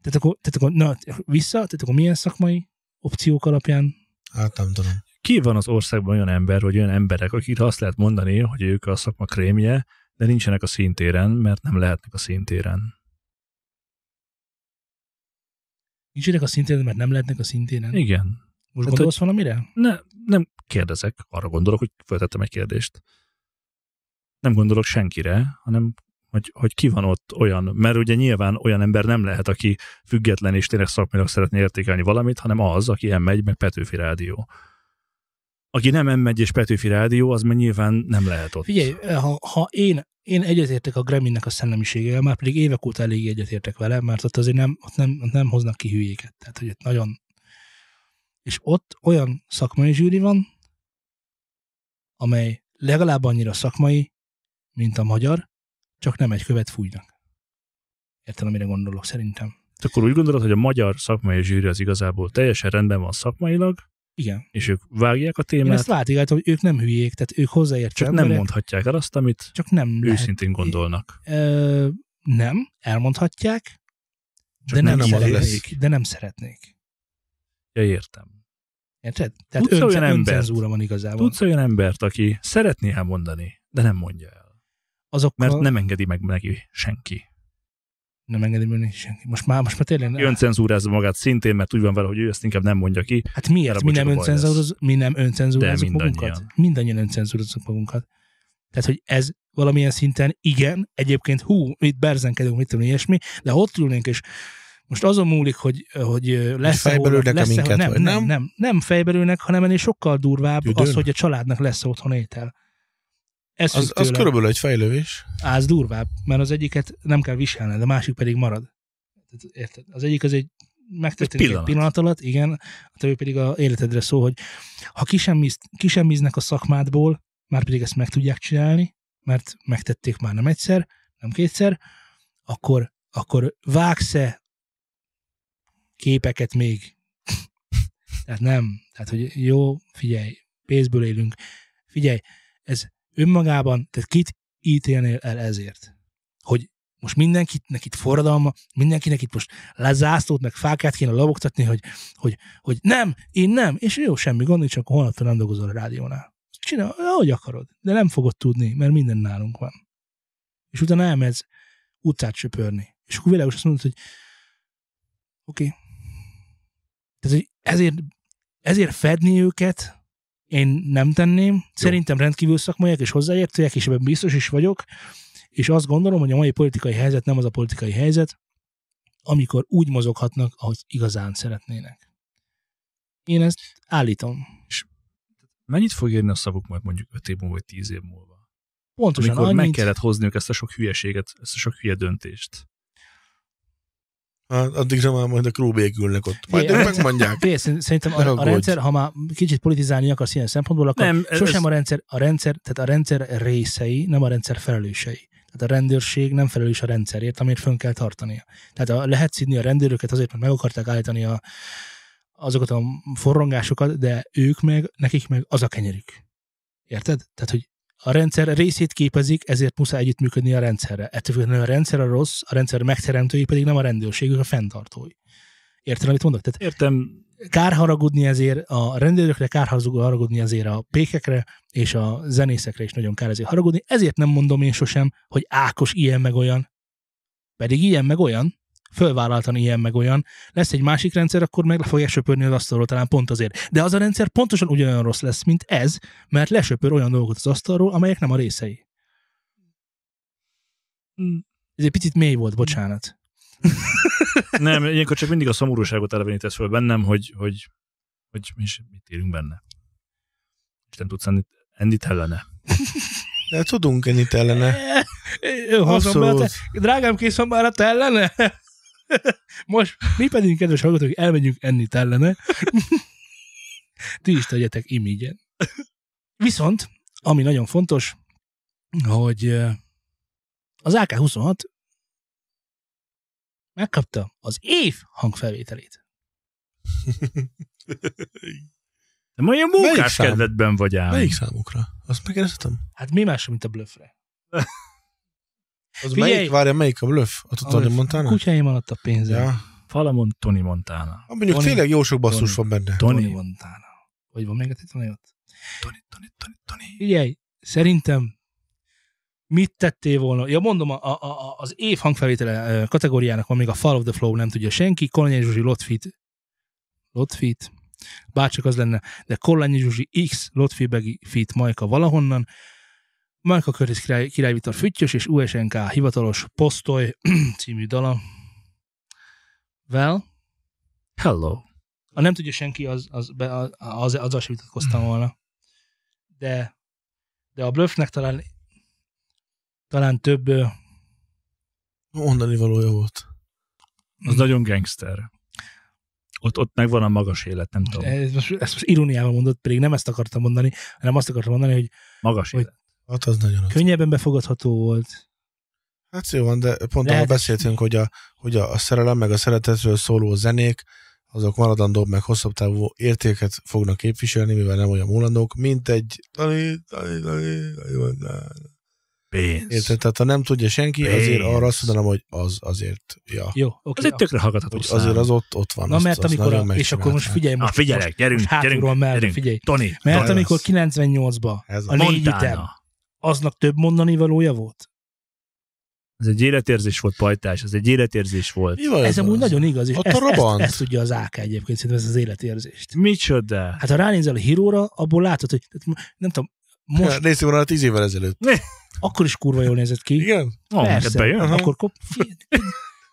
B: tehát akkor, tehát akkor na, vissza, tehát akkor milyen szakmai opciók alapján?
A: Hát nem tudom.
C: ki van az országban olyan ember, vagy olyan emberek, akikre azt lehet mondani, hogy ők a szakma krémje, de nincsenek a színtéren, mert nem lehetnek a színtéren.
B: Nincsenek a szintéren, mert nem lehetnek a szintéren. Most
C: Igen.
B: hát gondolsz hogy... valamire?
C: Ne, nem kérdezek, arra gondolok, hogy feltettem egy kérdést. Nem gondolok senkire, hanem hogy, hogy ki van ott olyan, mert ugye nyilván olyan ember nem lehet, aki független és tényleg szakmailag szeretné értékelni valamit, hanem az, aki M1, meg Petőfi Rádió. Aki nem M1 és Petőfi Rádió, az meg nyilván nem lehet ott.
B: Figyelj, eh, ha, ha én, én egyetértek a Gremlinnek a szellemiségével, már pedig évek óta elég egyetértek vele, mert ott azért nem, ott nem, ott nem hoznak ki hülyéket. Tehát, hogy ott nagyon... És ott olyan szakmai zsűri van, amely legalább annyira szakmai, mint a magyar, csak nem egy követ fújnak. Érted, amire gondolok szerintem.
C: Akkor úgy gondolod, hogy a magyar szakmai zsűri az igazából teljesen rendben van szakmailag,
B: Igen.
C: és ők vágják a
B: Én
C: témát,
B: ezt váltigáltam, hogy ők nem hülyék, tehát ők hozzáértő
C: csak nem
B: emberek, hát
C: mondhatják el azt, amit
B: Csak nem lehet.
C: őszintén gondolnak.
B: Ö, nem, elmondhatják,
A: Csak
B: de nem,
A: nem az
B: szeretnék,
A: lesz.
B: de nem szeretnék.
C: Ja, értem.
B: Érted? Tehát
C: Tudsz
B: önce,
C: olyan embert?
B: öncenzúra van igazából.
C: Tudsz olyan embert, aki szeretné elmondani, de nem mondja el,
B: Azokkal
C: mert nem engedi meg neki senki.
B: nem engedem önnek senki. Most már, most már tényleg nem.
C: Öncenzúrázza magát szintén, mert úgy van vele, hogy ő ezt inkább nem mondja ki.
B: Hát miért?
C: Erre
B: Mi nem,
C: bocsánat, baj lesz.
B: öncenzúroz, mi nem öncenzúrozzuk
C: De mindannyian.
B: magunkat? Mindannyian öncenzúrozzuk magunkat. Tehát, hogy ez valamilyen szinten igen, egyébként hú, itt berzenkedünk, mit tudom, ilyesmi, de ha ott ülnénk, és most azon múlik, hogy, hogy lesz
A: fejbe lőnek-e
B: lesz
A: minket,
B: nem,
A: vagy
B: nem,
A: nem?
B: nem, nem, nem fejberülnek, hanem ennél sokkal durvább Üdön?
A: Tüdőn?
B: az, hogy a családnak lesz otthon étel. Ez
A: Az,
B: függ
A: az
B: tőle.
A: körülbelül egy fejlővés.
B: Á, az durvább, mert az egyiket nem kell viselned, a másik pedig marad. Tehát, Érted? Az egyik az egy megtörténik egy
C: pillanat.
B: pillanat. pillanat alatt, igen, a többi pedig a életedre szól, hogy ha kisemmíz- kisemmíznek a szakmádból, már pedig ezt meg tudják csinálni, mert megtették már nem egyszer, nem kétszer, akkor, akkor vágsz-e képeket még? Tehát nem. Tehát, hogy jó, figyelj, pénzből élünk. Figyelj, ez önmagában, tehát kit ítélnél el ezért? Hogy most mindenkinek itt forradalma, mindenkinek itt most lezászlót, meg fákát kéne lobogtatni, hogy, hogy, hogy nem, én nem, és jó, semmi gond, nincs, akkor holnaptól nem dolgozol a rádiónál. Csinál, ahogy akarod, de nem fogod tudni, mert minden nálunk van. És utána elmehetsz utcát söpörni. És akkor világos azt mondod, hogy oké. Okay. Tehát, hogy ezért, ezért fedni őket, én nem tenném. Szerintem rendkívül szakmaiak és hozzáértőek, és ebben biztos is vagyok. És azt gondolom, hogy a mai politikai helyzet nem az a politikai helyzet, amikor úgy mozoghatnak, ahogy igazán szeretnének. Én ezt állítom.
C: Mennyit fog érni a szavuk majd mondjuk 5 év múlva, vagy 10 év múlva?
B: Pontosan
C: Amikor
B: annyit,
C: meg kellett hozniuk ezt a sok hülyeséget, ezt a sok hülye döntést.
A: Hát addigra már majd a krúbék ülnek ott. Majd
B: Igen.
A: ők megmondják.
B: Figyelj, szerint- szerintem
A: Ne
B: a, a
A: aggódj.
B: rendszer, ha már kicsit politizálni akarsz ilyen szempontból, akkor
C: Nem,
B: nem,
C: ez-
B: sosem a rendszer, a rendszer, tehát a rendszer részei, nem a rendszer felelősei. Tehát a rendőrség nem felelős a rendszerért, amit fönn kell tartania. Tehát a, lehet szidni a rendőröket azért, mert meg akarták állítani a, azokat a forrongásokat, de ők meg, nekik meg az a kenyerük. Érted? Tehát, hogy a rendszer részét képezik, ezért muszáj együttműködni a rendszerre. Ettől függetlenül a rendszer a rossz, a rendszer megteremtői pedig nem a rendőrség, ők a fenntartói. Érted, amit mondok? Tehát
C: Értem,
B: kár haragudni ezért, a rendőrökre kár haragudni ezért, a pékekre és a zenészekre is nagyon kár ezért haragudni. Ezért nem mondom én sosem, hogy Ákos ilyen meg olyan. Pedig ilyen meg olyan, fölvállaltan ilyen meg olyan. Lesz egy másik rendszer, akkor meg le fogják söpörni az asztalról talán pont azért. De az a rendszer pontosan ugyanolyan rossz lesz, mint ez, mert lesöpör olyan dolgokat az asztalról, amelyek nem a részei. Ez egy picit mély volt, bocsánat.
C: nem, ilyenkor csak mindig a szomorúságot elevenítesz föl bennem, hogy, hogy, hogy mi is mit élünk benne. És nem tudsz enni, enni ellene.
A: De tudunk ennyit ellene.
B: Hozom be a te,
A: Abszolút.
B: drágám, kész van már a tellene? Most mi pedig, kedves hallgatók, elmegyünk enni tellene. Ti is tegyetek imígyen. Viszont, ami nagyon fontos, hogy eh, az AK-26 megkapta az év hangfelvételét.
C: De ma ilyen
A: Melyik
C: munkáskedvedben vagy ám.
A: Melyik számukra? Azt megkérdeztem.
B: Hát mi más, mint a blöffre?
A: Az
B: Figyelj!
A: melyik, várja, melyik a bluff? A Tony Montana?
B: Kutyáim alatt a pénze.
A: Ja.
B: Ja.
C: Falamon Tony Montana.
A: Ah, Mondjuk
B: Tony-
A: tényleg jó sok basszus
B: Tony-
A: van benne.
B: Tony
C: Tony.
B: Montana. Hogy van még a titulajot?
C: Tony, Tony, Tony, Tony.
B: Figyelj, szerintem mit tettél volna? Ja, mondom, a, a, a, az év hangfelvétele ö, kategóriának van még a Fall of the Flow, nem tudja senki. Kolonyi Zsuzsi Lotfit. Lotfit? Bárcsak az lenne. De Kolonyi Zsuzsi X, Lotfi Begi Fit, Majka valahonnan. Majka Curtis Király, Király Vitor Füttyös és USNK hivatalos Posztoly című dala. Well,
C: Hello.
B: ha nem tudja senki, az, az, be- az, az, azzal sem vitatkoztam volna. De, de a bluffnek talán talán több ö,
A: Mondani valója volt.
B: Mm.
C: Az nagyon gangster. Ott, ott megvan a magas élet, nem tudom.
B: Ez most, ezt most iróniával mondott, pedig nem ezt akartam mondani, hanem azt akartam mondani, hogy
C: Magas
B: Hogy-
C: élet.
A: Hát az nagyon az.
B: könnyebben befogadható volt.
A: Hát jó van, de pont
B: Lehet-
A: Lehet. ahol beszéltünk, hogy a, hogy a a szerelem meg a szeretetről szóló zenék, azok maradandóbb meg hosszabb távú értéket fognak képviselni, mivel nem olyan múlandók, mint egy tani, tani, tani, tani, mondná.
C: Pénz.
A: Érted? Tehát ha nem tudja senki,
C: Pénz.
A: azért arra azt mondanám, hogy az azért, ja.
B: Jó, oké.
C: Az egy tökre hallgatható
A: Hogy
C: szám.
A: azért az ott, ott van.
B: Na
A: azt-
B: mert
A: azt
B: amikor,
A: nagyon
B: a, és akkor most
A: megcsinálták.
B: figyelj,
C: Na,
B: most,
C: figyelek, gyerünk,
B: most hátulról
C: gyerünk,
B: mellre,
C: gyerünk.
B: figyelj.
C: Tony,
B: Mert
A: Daj,
B: amikor
A: az.
B: 98-ban
A: Ez
B: a
A: az.
B: négy ütem,
C: Montana.
B: aznak több mondani valója volt?
C: Ez egy életérzés volt, pajtás, ez egy életérzés volt.
A: Mi van
B: Ez amúgy
A: az?
B: nagyon igaz, és
A: Ott a
B: ezt, ezt,
A: robant.
B: ezt, tudja az AK egyébként, szerintem ez az életérzést.
C: Micsoda?
B: Hát ha ránézel a híróra, abból látod, hogy tehát mo- nem tudom, most
A: Ja, Néztük volna hát tíz évvel ezelőtt.
B: akkor is kurva jól nézett ki.
A: Igen?
C: Ó, neked bejön?
A: Aha.
B: Akkor kop... fi-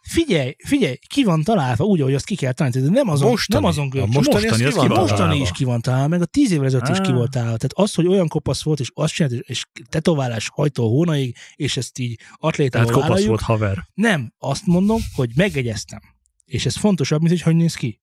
B: Figyelj, figyelj, ki van találva úgy, ahogy azt ki kell tanítani, de nem azon,
A: Mostani.
B: nem azon görcsön.
A: A mostani,
C: Mostani,
A: mostani az
C: az
A: ki
C: ki
B: A
A: van
C: van
A: találva? Ah.
B: mostani
C: találva.
B: is ki van találva, meg a tíz évvel ezelőtt is ki
C: Á.
B: volt találva. Tehát az, hogy olyan kopasz volt, és azt csinált, és, és tetoválás hajtó hónaig, és ezt így
C: Tehát
B: atlétával
C: kopasz
B: vállaljuk.
C: volt haver.
B: Nem, azt mondom, hogy megegyeztem. És ez fontosabb, mint hogy hogy néz ki.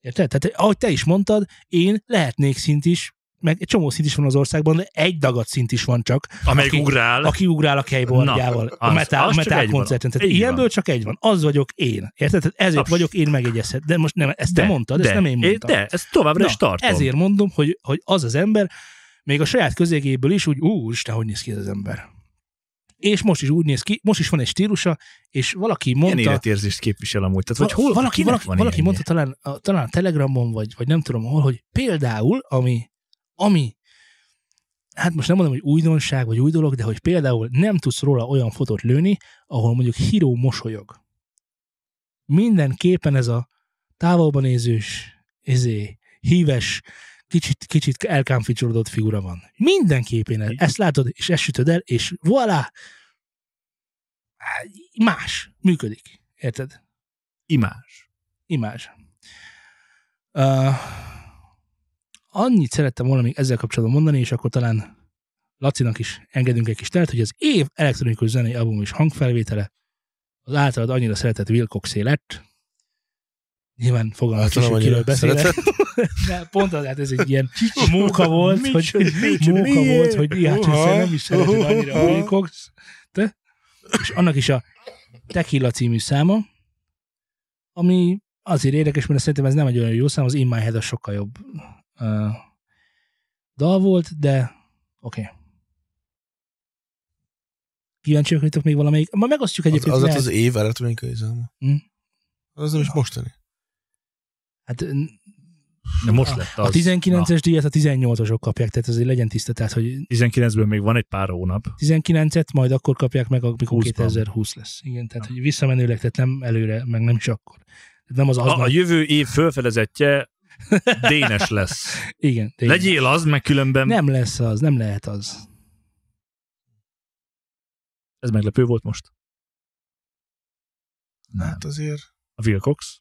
B: Érted? Tehát ahogy te is mondtad, én lehetnék szint is, meg egy csomó szint is van az országban, de egy dagat szint is van csak,
C: Amelyik
B: Aki-
C: ugrál.
B: aki ugrál a kejborgjával a
C: az-
B: metal, a
C: az csak
B: metal
C: egy van.
B: koncerten. Tehát
C: Így
B: ilyenből
C: van.
B: csak egy van. Az vagyok én. Érted? Tehát ezért
C: Abs-
B: vagyok én megegyezhet. De most nem, ezt te mondtad, ezt nem én mondtam.
C: De, ezt továbbra is
B: Na,
C: tartom.
B: Ezért mondom, hogy, hogy az az ember, még a saját közegéből is úgy, úristen, hogy néz ki ez az ember. És most is úgy néz ki, most is van egy stílusa, és valaki
C: Milyen
B: mondta,
C: életérzést képvisel amúgy? Tehát, hogy
B: Va-
C: hol,
B: valaki,
C: kinek
B: valaki,
C: van
B: valaki
C: ilyen?
B: mondta talán, a, talán a Telegramon, vagy, vagy nem tudom hol, hogy például, ami, ami hát most nem mondom, hogy újdonság, vagy új dolog, de hogy például nem tudsz róla olyan fotót lőni, ahol mondjuk híró mosolyog. Minden képen ez a távolban nézős, izé, híves, kicsit, kicsit elkámficsorodott figura van. Minden képén el, ezt látod, és ezt sütöd el, és voilà! Más. Működik. Érted?
C: Imás.
B: imázs. Uh, annyit szerettem volna még ezzel kapcsolatban mondani, és akkor talán Lacinak is engedünk egy kis telt, hogy az év elektronikus zenei album és hangfelvétele az általad annyira szeretett Wilcox lett. Nyilván fogalmam
A: Általam
B: sincs, hogy
A: Hát, annyira
B: kiről beszélek.
A: szeretett.
B: De Pont az, hát ez egy ilyen móka volt, hogy móka
A: miért?
B: volt, hogy hát
A: Uha,
B: hiszen nem is szeretem annyira a
A: uha.
B: Wilcox. Te? És annak is a Tequila című száma, ami azért érdekes, mert szerintem ez nem egy olyan jó szám, az In My Head a sokkal jobb ö, dal volt, de oké. Okay. Kíváncsiak vagytok még valamelyik? Ma megosztjuk
A: Az,
B: egyébként.
A: az, lett
B: lehet.
A: az év elektronikai száma.
B: Hm.
A: Az nem is mostani.
B: Hát,
C: De most lett az.
B: a 19-es díjat a 18-osok kapják, tehát azért legyen tiszta, tehát hogy
C: Na, 19-ből még van egy pár hónap.
B: 19-et, majd akkor kapják meg, amikor
C: 20-ban.
B: 2020 lesz. Igen, tehát hogy visszamenőleg, tehát nem előre, meg nem is akkor. Tehát nem az aznap.
C: A, a jövő év fölfedezetje dénes lesz.
B: igen, tényleg.
C: Legyél az, meg különben...
B: Nem lesz az, nem lehet az.
C: Ez meglepő volt most. Nem.
A: Hát azért.
C: A Wilcox.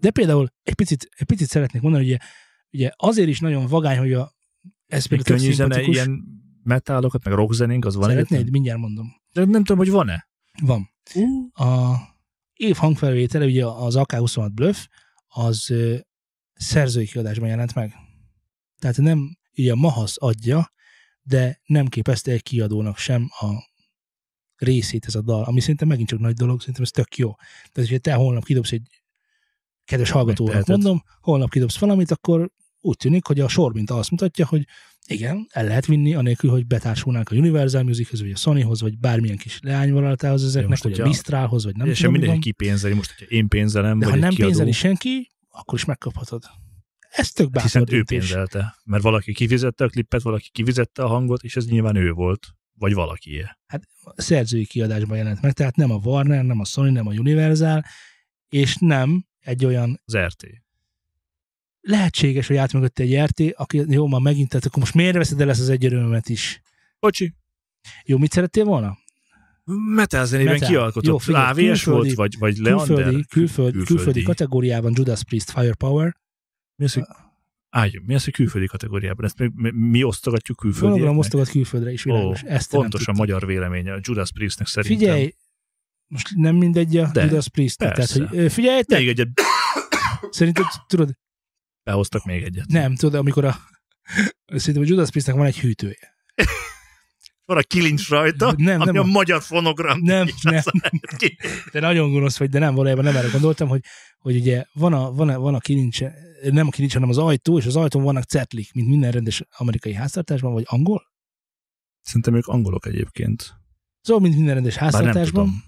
B: De például egy picit, egy picit szeretnék mondani, hogy ugye, ugye azért is nagyon vagány, hogy a ez
C: Egy
B: például
C: könnyű
B: tök
C: zene,
B: szimpatikus.
C: ilyen metálokat, meg rockzenénk, az van
B: Szeretnéd?
C: egyetlen?
B: Mindjárt mondom.
C: De nem tudom, hogy van-e.
B: Van. A év hangfelvétele, ugye az AK-26 Bluff, az ö, szerzői kiadásban jelent meg. Tehát nem, ugye a Mahasz adja, de nem képezte egy kiadónak sem a részét ez a dal, ami szerintem megint csak nagy dolog, szerintem ez tök jó. Tehát, hogyha te holnap kidobsz egy kedves hallgatónak
C: Megteheted.
B: mondom, holnap kidobsz valamit, akkor úgy tűnik, hogy a sor minta azt mutatja, hogy igen, el lehet vinni, anélkül, hogy betársulnánk a Universal Musichoz, vagy a Sonyhoz, vagy bármilyen kis leányvállalatához ezeknek,
C: most
B: vagy a
C: ugye a-
B: Mistrálhoz, vagy nem
C: Nem
B: tudom,
C: sem
B: mi
C: mindegy,
B: van.
C: hogy ki pénzeli most, hogyha én pénzelem,
B: De
C: vagy
B: ha
C: egy
B: nem
C: kiadó,
B: pénzeli senki, akkor is megkaphatod. Ez tök bátor
C: hát hiszen ő
B: döntés.
C: pénzelte. Mert valaki kifizette a klippet, valaki kifizette a hangot, és ez nyilván ő volt. vagy valakié.
B: szerzői kiadásban jelent meg, tehát nem a Warner, nem a Sony, nem a Universal, és nem egy olyan
C: Az RT.
B: lehetséges, hogy átmögött egy RT, aki jó, már megint, tehát akkor most miért veszed el ezt az egy örömömet is?
C: Bocsi.
B: Jó, mit szerettél volna?
C: Metal zenében
B: Metal. Jó,
C: kialkotott.
B: figyelj,
C: AVS volt,
B: külföldi-
C: vagy, vagy Leander?
B: Külföldi, külföldi, külföldi, külföldi
C: külföldi.
B: kategóriában Judas Priest Firepower.
C: Mi az, hogy, álljon, mi az, hogy külföldi kategóriában? Ezt mi, mi, mi osztogatjuk
B: Fonogram
C: külföldieknek?
B: osztogat külföldre is világos.
C: Ó,
B: Oh, Ezt
C: Pontosan
B: nem
C: magyar véleménye a Judas Priestnek
B: tudtam.
C: szerintem.
B: Figyelj, most nem mindegy a
C: De,
B: Judas Priest. Tehát,
C: persze.
B: hogy, ö, figyelj, te,
C: Még egyet,
B: szerinted tudod,
C: behoztak még egyet.
B: nem, tudod, amikor a Szerintem a Judas Priestnek van egy hűtője.
C: Van a kilincs rajta,
B: Nem,
C: ami
B: nem
C: a
B: a-
C: magyar fonogram.
B: Nem,
C: És
B: nem.
C: aztán ki-
B: De nagyon gonosz vagy, de nem valójában nem erre gondoltam, hogy, hogy ugye van a, van, a, van a kilincs, nem a kilincs, hanem az ajtó, és az ajtón vannak cetlik, mint minden rendes amerikai háztartásban, vagy angol.
C: Szerintem ők angolok egyébként.
B: Szóval, mint minden rendes
C: Bár nem
B: háztartásban,
C: tudom.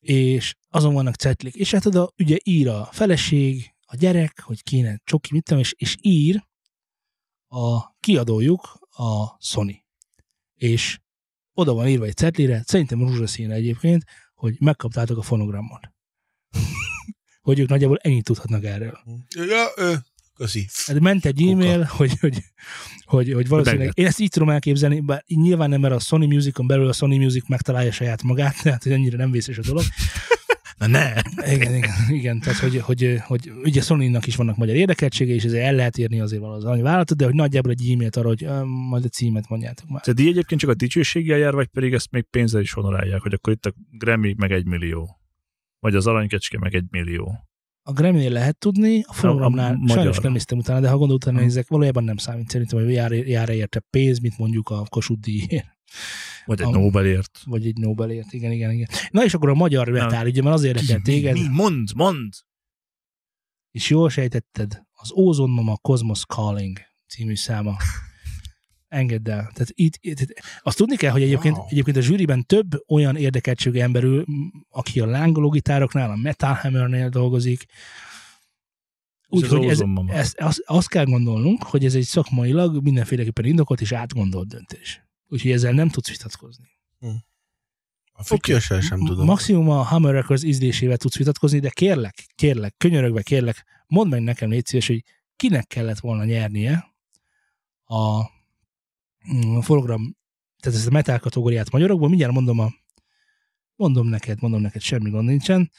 B: és azon vannak cetlik. És hát oda ugye ír a feleség, a gyerek, hogy kéne csoki, mit tudom, és, és ír a kiadójuk, a Sony. És oda van írva egy cetlire, szerintem rózsaszínre egyébként, hogy megkaptátok a fonogramon. hogy ők nagyjából ennyit tudhatnak erről.
A: Ja, ö, köszi.
B: Hát ment egy e-mail, hogy, hogy, hogy, hogy valószínűleg,
C: Meglett.
B: én ezt így tudom elképzelni, bár így nyilván nem, mert a Sony Musicon belül a Sony Music megtalálja saját magát, tehát hogy annyira nem vészes a dolog.
C: Na ne!
B: Igen, igen, igen tehát hogy, hogy, hogy ugye Sony-nak is vannak magyar érdekeltsége, és ezért el lehet írni azért valahol az vállalatot, de hogy nagyjából egy e-mailt arra, hogy ö, majd a címet mondjátok már.
C: Tehát díj egyébként csak a dicsőséggel jár, vagy pedig ezt még pénzzel is honorálják, hogy akkor itt a Grammy meg egy millió. Vagy az aranykecske meg egy millió.
B: A Grammy-nél lehet tudni, a
C: A-
B: forumnál
C: a
B: sajnos
C: magyar.
B: nem néztem utána, de ha gondol utána
C: Aha.
B: nézek, valójában nem számít szerintem, hogy jár, jár érte pénz, mint mondjuk a Kossuth díjért,
C: Vagy egy
B: Am-
C: Nobelért.
B: vagy egy Nobelért, igen, igen, igen. Na és akkor a magyar metál, ugye, mert az érdekel
C: Ki, mi,
B: téged,
C: mi? Mond, mond!
B: és jól sejtetted, az ózonnom a Cosmos Calling című száma. Engedd el. Tehát itt, itt, itt, azt tudni kell, hogy egyébként, wow.
A: Wow.
B: egyébként a zsűriben több olyan érdekeltségű ember ül, m, aki a lángoló gitároknál, a Metal Hammernél dolgozik.
C: Úgyhogy
B: Úgyhogy ez,
C: ez, ez,
B: ezt, azt, azt kell gondolnunk, hogy ez egy szakmailag mindenféleképpen indokolt és átgondolt döntés. Úgyhogy ezzel nem tudsz vitatkozni.
A: A fütyössel sem tudom.
B: Maximum a Hammer Records ízlésével tudsz vitatkozni, de kérlek, kérlek, könyörögve kérlek, mondd meg nekem légy szíves, hogy kinek kellett volna nyernie a mm, program, tehát ezt a metal kategóriát magyarokból, mindjárt mondom a mondom neked, mondom neked, semmi gond nincsen.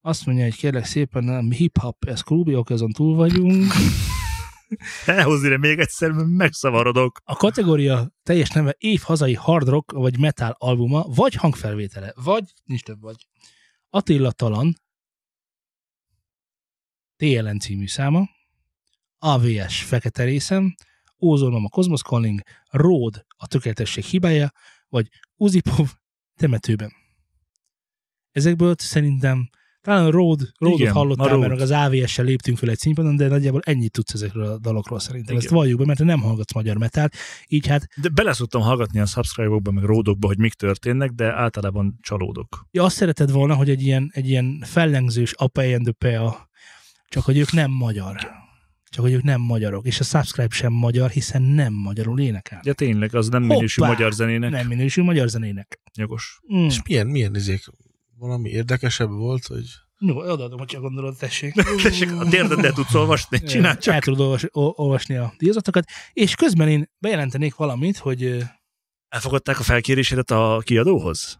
B: Azt mondja, hogy kérlek szépen, nem hip-hop, ez klubjok, azon túl vagyunk.
C: Elhozni ide még egyszer, mert megszavarodok.
B: A kategória teljes neve év hazai hard rock vagy metal albuma, vagy hangfelvétele, vagy nincs több vagy. Attila Talan, TLN című száma, AVS Fekete részem, Ózonom a Cosmos Calling, Ród a tökéletesség hibája, vagy Uzipov temetőben. Ezekből szerintem talán Ród, Ródot
C: Igen,
B: hallottál,
C: a Road.
B: mert az AVS-sel léptünk föl egy színpadon, de nagyjából ennyit tudsz ezekről a dalokról szerintem.
C: Igen.
B: Ezt valljuk be, mert te nem hallgatsz magyar metált, így hát
C: De bele szoktam hallgatni a subscribe-okba, meg ródokba, hogy mik történnek, de általában csalódok.
B: ja, azt szereted volna, hogy egy ilyen, egy ilyen fellengzős apa and the pea, csak hogy ők nem magyar. Csak hogy ők nem magyarok. És a subscribe sem magyar, hiszen nem magyarul énekel.
C: De tényleg, az nem minősül
B: Hoppá!
C: magyar zenének.
B: Nem minősül magyar zenének.
C: Nyugos.
B: Mm.
A: És milyen, milyen izék? Valami érdekesebb volt, hogy...
B: Jó, odaadom, hogyha gondolod, tessék.
C: Tessék, a térdet el tudsz olvasni, csinál
B: csak. El tudod olvas, o- olvasni a díjazatokat. És közben én bejelentenék valamit, hogy ö,
C: Elfogadták a felkérésedet a kiadóhoz?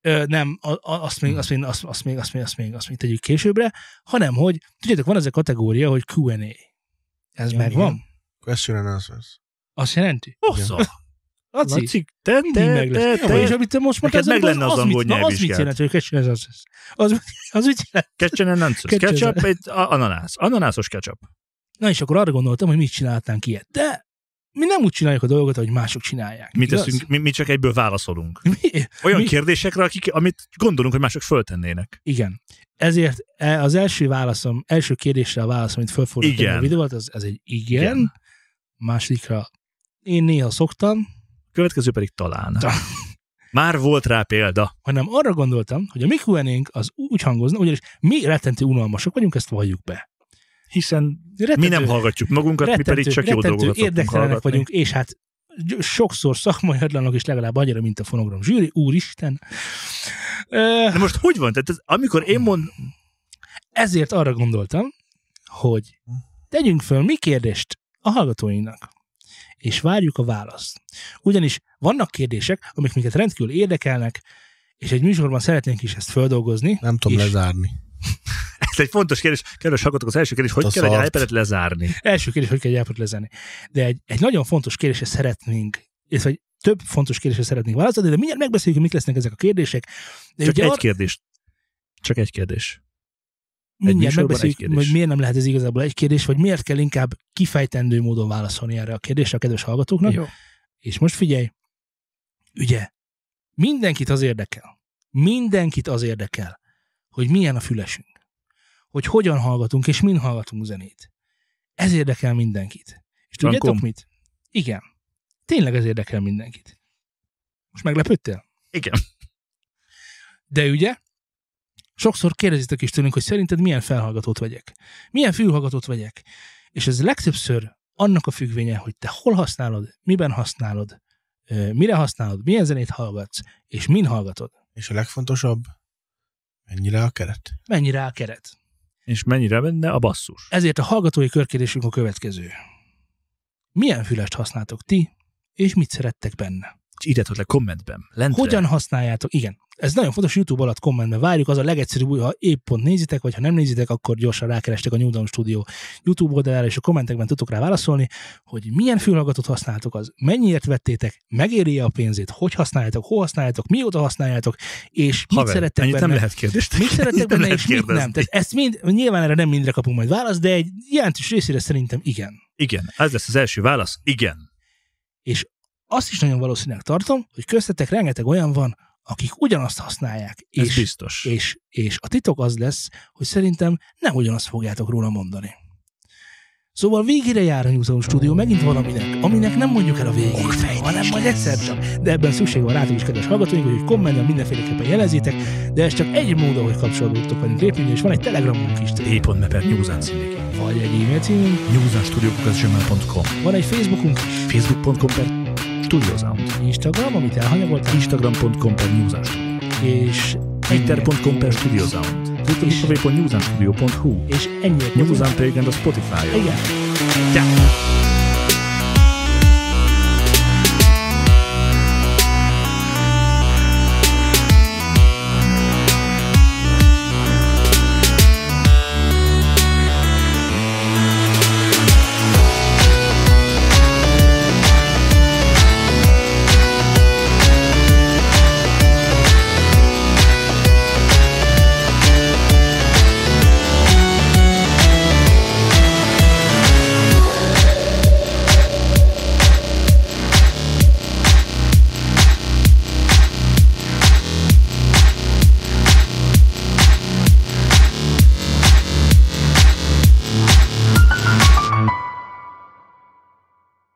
B: Ö, nem, a- a- azt még, azt még, azt, azt még, azt még, azt még, azt még tegyük későbbre, hanem hogy, tudjátok, van ez a kategória, hogy Q&A. Ez
A: Ja,
B: megvan?
A: igen. Question and answers.
B: Azt jelenti?
C: Hossza.
B: Laci,
C: Oh, Laci, te,
B: mindig
C: te,
B: meg lesz.
C: te,
B: Jó, és
C: te,
B: amit te most mondtál,
C: Neked meg
B: abban
C: lenne
B: mit-
C: az angol
B: na, Az mit
C: nyelvvizsgád.
B: jelent, hogy question az, az, az, az mit jelent?
C: ketchup and nonsense.
B: Ketchup.
C: Ketchup, egy a- ananász. Ananászos ketchup.
B: Na és akkor arra gondoltam, hogy mit csináltánk ilyet. De mi nem úgy csináljuk a dolgot, ahogy mások csinálják.
C: Mi,
B: igaz?
C: teszünk, mi, mi csak egyből válaszolunk.
B: Mi?
C: Olyan
B: Mi?
C: mi? kérdésekre, akik, amit gondolunk, hogy mások föltennének.
B: Igen. Ezért e, az első válaszom, első kérdésre a válaszom, amit felfordultam
C: Igen.
B: a videót, az, az egy igen. igen.
C: Igen.
B: Másodikra én néha szoktam,
C: Következő pedig talán.
B: Ta-
C: Már volt rá példa.
B: hanem arra gondoltam, hogy a mi Q&A-nk az úgy hangozna, ugyanis mi rettentő unalmasok vagyunk, ezt valljuk be.
C: Hiszen
B: Rettentő,
C: mi nem hallgatjuk magunkat, mi pedig csak
B: rettentő
C: jó dolgokat szoktunk
B: érdektelenek
C: hallgatni.
B: vagyunk, és hát gy- sokszor szakmai adlanok is legalább annyira, mint a fonogram zsűri, úristen. Ö,
C: De most hogy van? Tehát ez, amikor én mond,
B: ezért arra gondoltam, hogy tegyünk föl mi kérdést a hallgatóinak, és várjuk a választ. Ugyanis vannak kérdések, amik minket rendkívül érdekelnek, és egy műsorban szeretnénk is ezt feldolgozni.
A: Nem tudom
B: És-
A: lezárni.
C: ez egy fontos kérdés, kedves hallgatók, az első kérdés, hogy
A: a
C: kell egy
A: szart.
C: iPad-et lezárni?
B: Első kérdés, hogy kell egy iPod lezenni. De egy, egy nagyon fontos kérdésre szeretnénk, és vagy több fontos kérdésre szeretnénk válaszolni, de mindjárt megbeszéljük, hogy mik lesznek ezek a kérdések. De
C: Csak
B: ugye
C: egy
B: arra-
C: kérdés. Csak egy kérdés.
B: mindjárt
C: műsorban
B: megbeszéljük,
C: egy kérdés.
B: hogy miért nem lehet ez igazából egy kérdés, vagy miért kell inkább kifejtendő módon válaszolni erre a kérdésre a kedves hallgatóknak.
C: Jó.
B: És most figyelj, ugye, mindenkit az érdekel, mindenkit az érdekel, hogy milyen a fülesünk, hogy hogyan hallgatunk és min hallgatunk zenét. Ez érdekel mindenkit. És tudjátok
C: Frankom.
B: mit? Igen. Tényleg ez érdekel mindenkit. Most meglepődtél?
C: Igen.
B: De ugye, sokszor kérdezitek is tőlünk, hogy szerinted milyen felhallgatót vegyek, milyen fülhallgatót vegyek. És ez legtöbbször annak a függvénye, hogy te hol használod, miben használod, ö, mire használod, milyen zenét hallgatsz, és min hallgatod.
A: És a legfontosabb, mennyire a keret?
B: Mennyire áll keret.
C: És mennyire menne a basszus?
B: Ezért a hallgatói körkérdésünk a következő. Milyen fülest használtok ti, és mit szerettek benne?
C: És írjátok le kommentben. Lentre.
B: Hogyan használjátok? Igen, ez nagyon fontos, YouTube alatt kommentben várjuk, az a legegyszerűbb, új, ha épp pont nézitek, vagy ha nem nézitek, akkor gyorsan rákerestek a New Dawn Studio YouTube oldalára, és a kommentekben tudtok rá válaszolni, hogy milyen fülhallgatót használtok, az mennyiért vettétek, megéri a pénzét, hogy használjátok, hol használjátok, mióta használjátok, és mit
C: Haver,
B: szerettek
C: ennyit
B: benne.
C: nem lehet kérdést.
B: Mit szerettek
C: Ennyit nem
B: benne,
C: lehet
B: és mit nem.
C: kérdezni.
B: Tehát ezt mind, nyilván erre nem mindre kapunk majd választ, de egy jelentős részére szerintem igen.
C: Igen, ez lesz az első válasz. Igen.
B: Azt is nagyon valószínűleg tartom, hogy köztetek rengeteg olyan van, akik ugyanazt használják.
C: Ez
B: És,
C: biztos.
B: és, és a titok az lesz, hogy szerintem nem ugyanazt fogjátok róla mondani. Szóval végére jár a New Zealand Studio megint valaminek, aminek nem mondjuk el a végén, hanem majd egyszer csak. De ebben szükség van rátok is, kedves hallgatóink, hogy kommentben mindenféleképpen jelezitek, de ez csak egy mód, ahogy kapcsolódtok velünk lépni, és van egy telegramunk is,
C: T.me per Newsan címig.
B: vagy egy e-mail címünk,
C: Newsanstudio.com
B: van egy Facebookunk is,
C: Facebook.com per Studiosound
B: Instagram, amit elhanyagoltam,
C: Instagram.com per Newsanstudio
B: és
C: Twitter.com per Studiosound
B: És-
C: www.newsanstudio.hu
B: és ennyi.
C: Newsan Pagan a Spotify-on
B: Igen.
C: Ciao.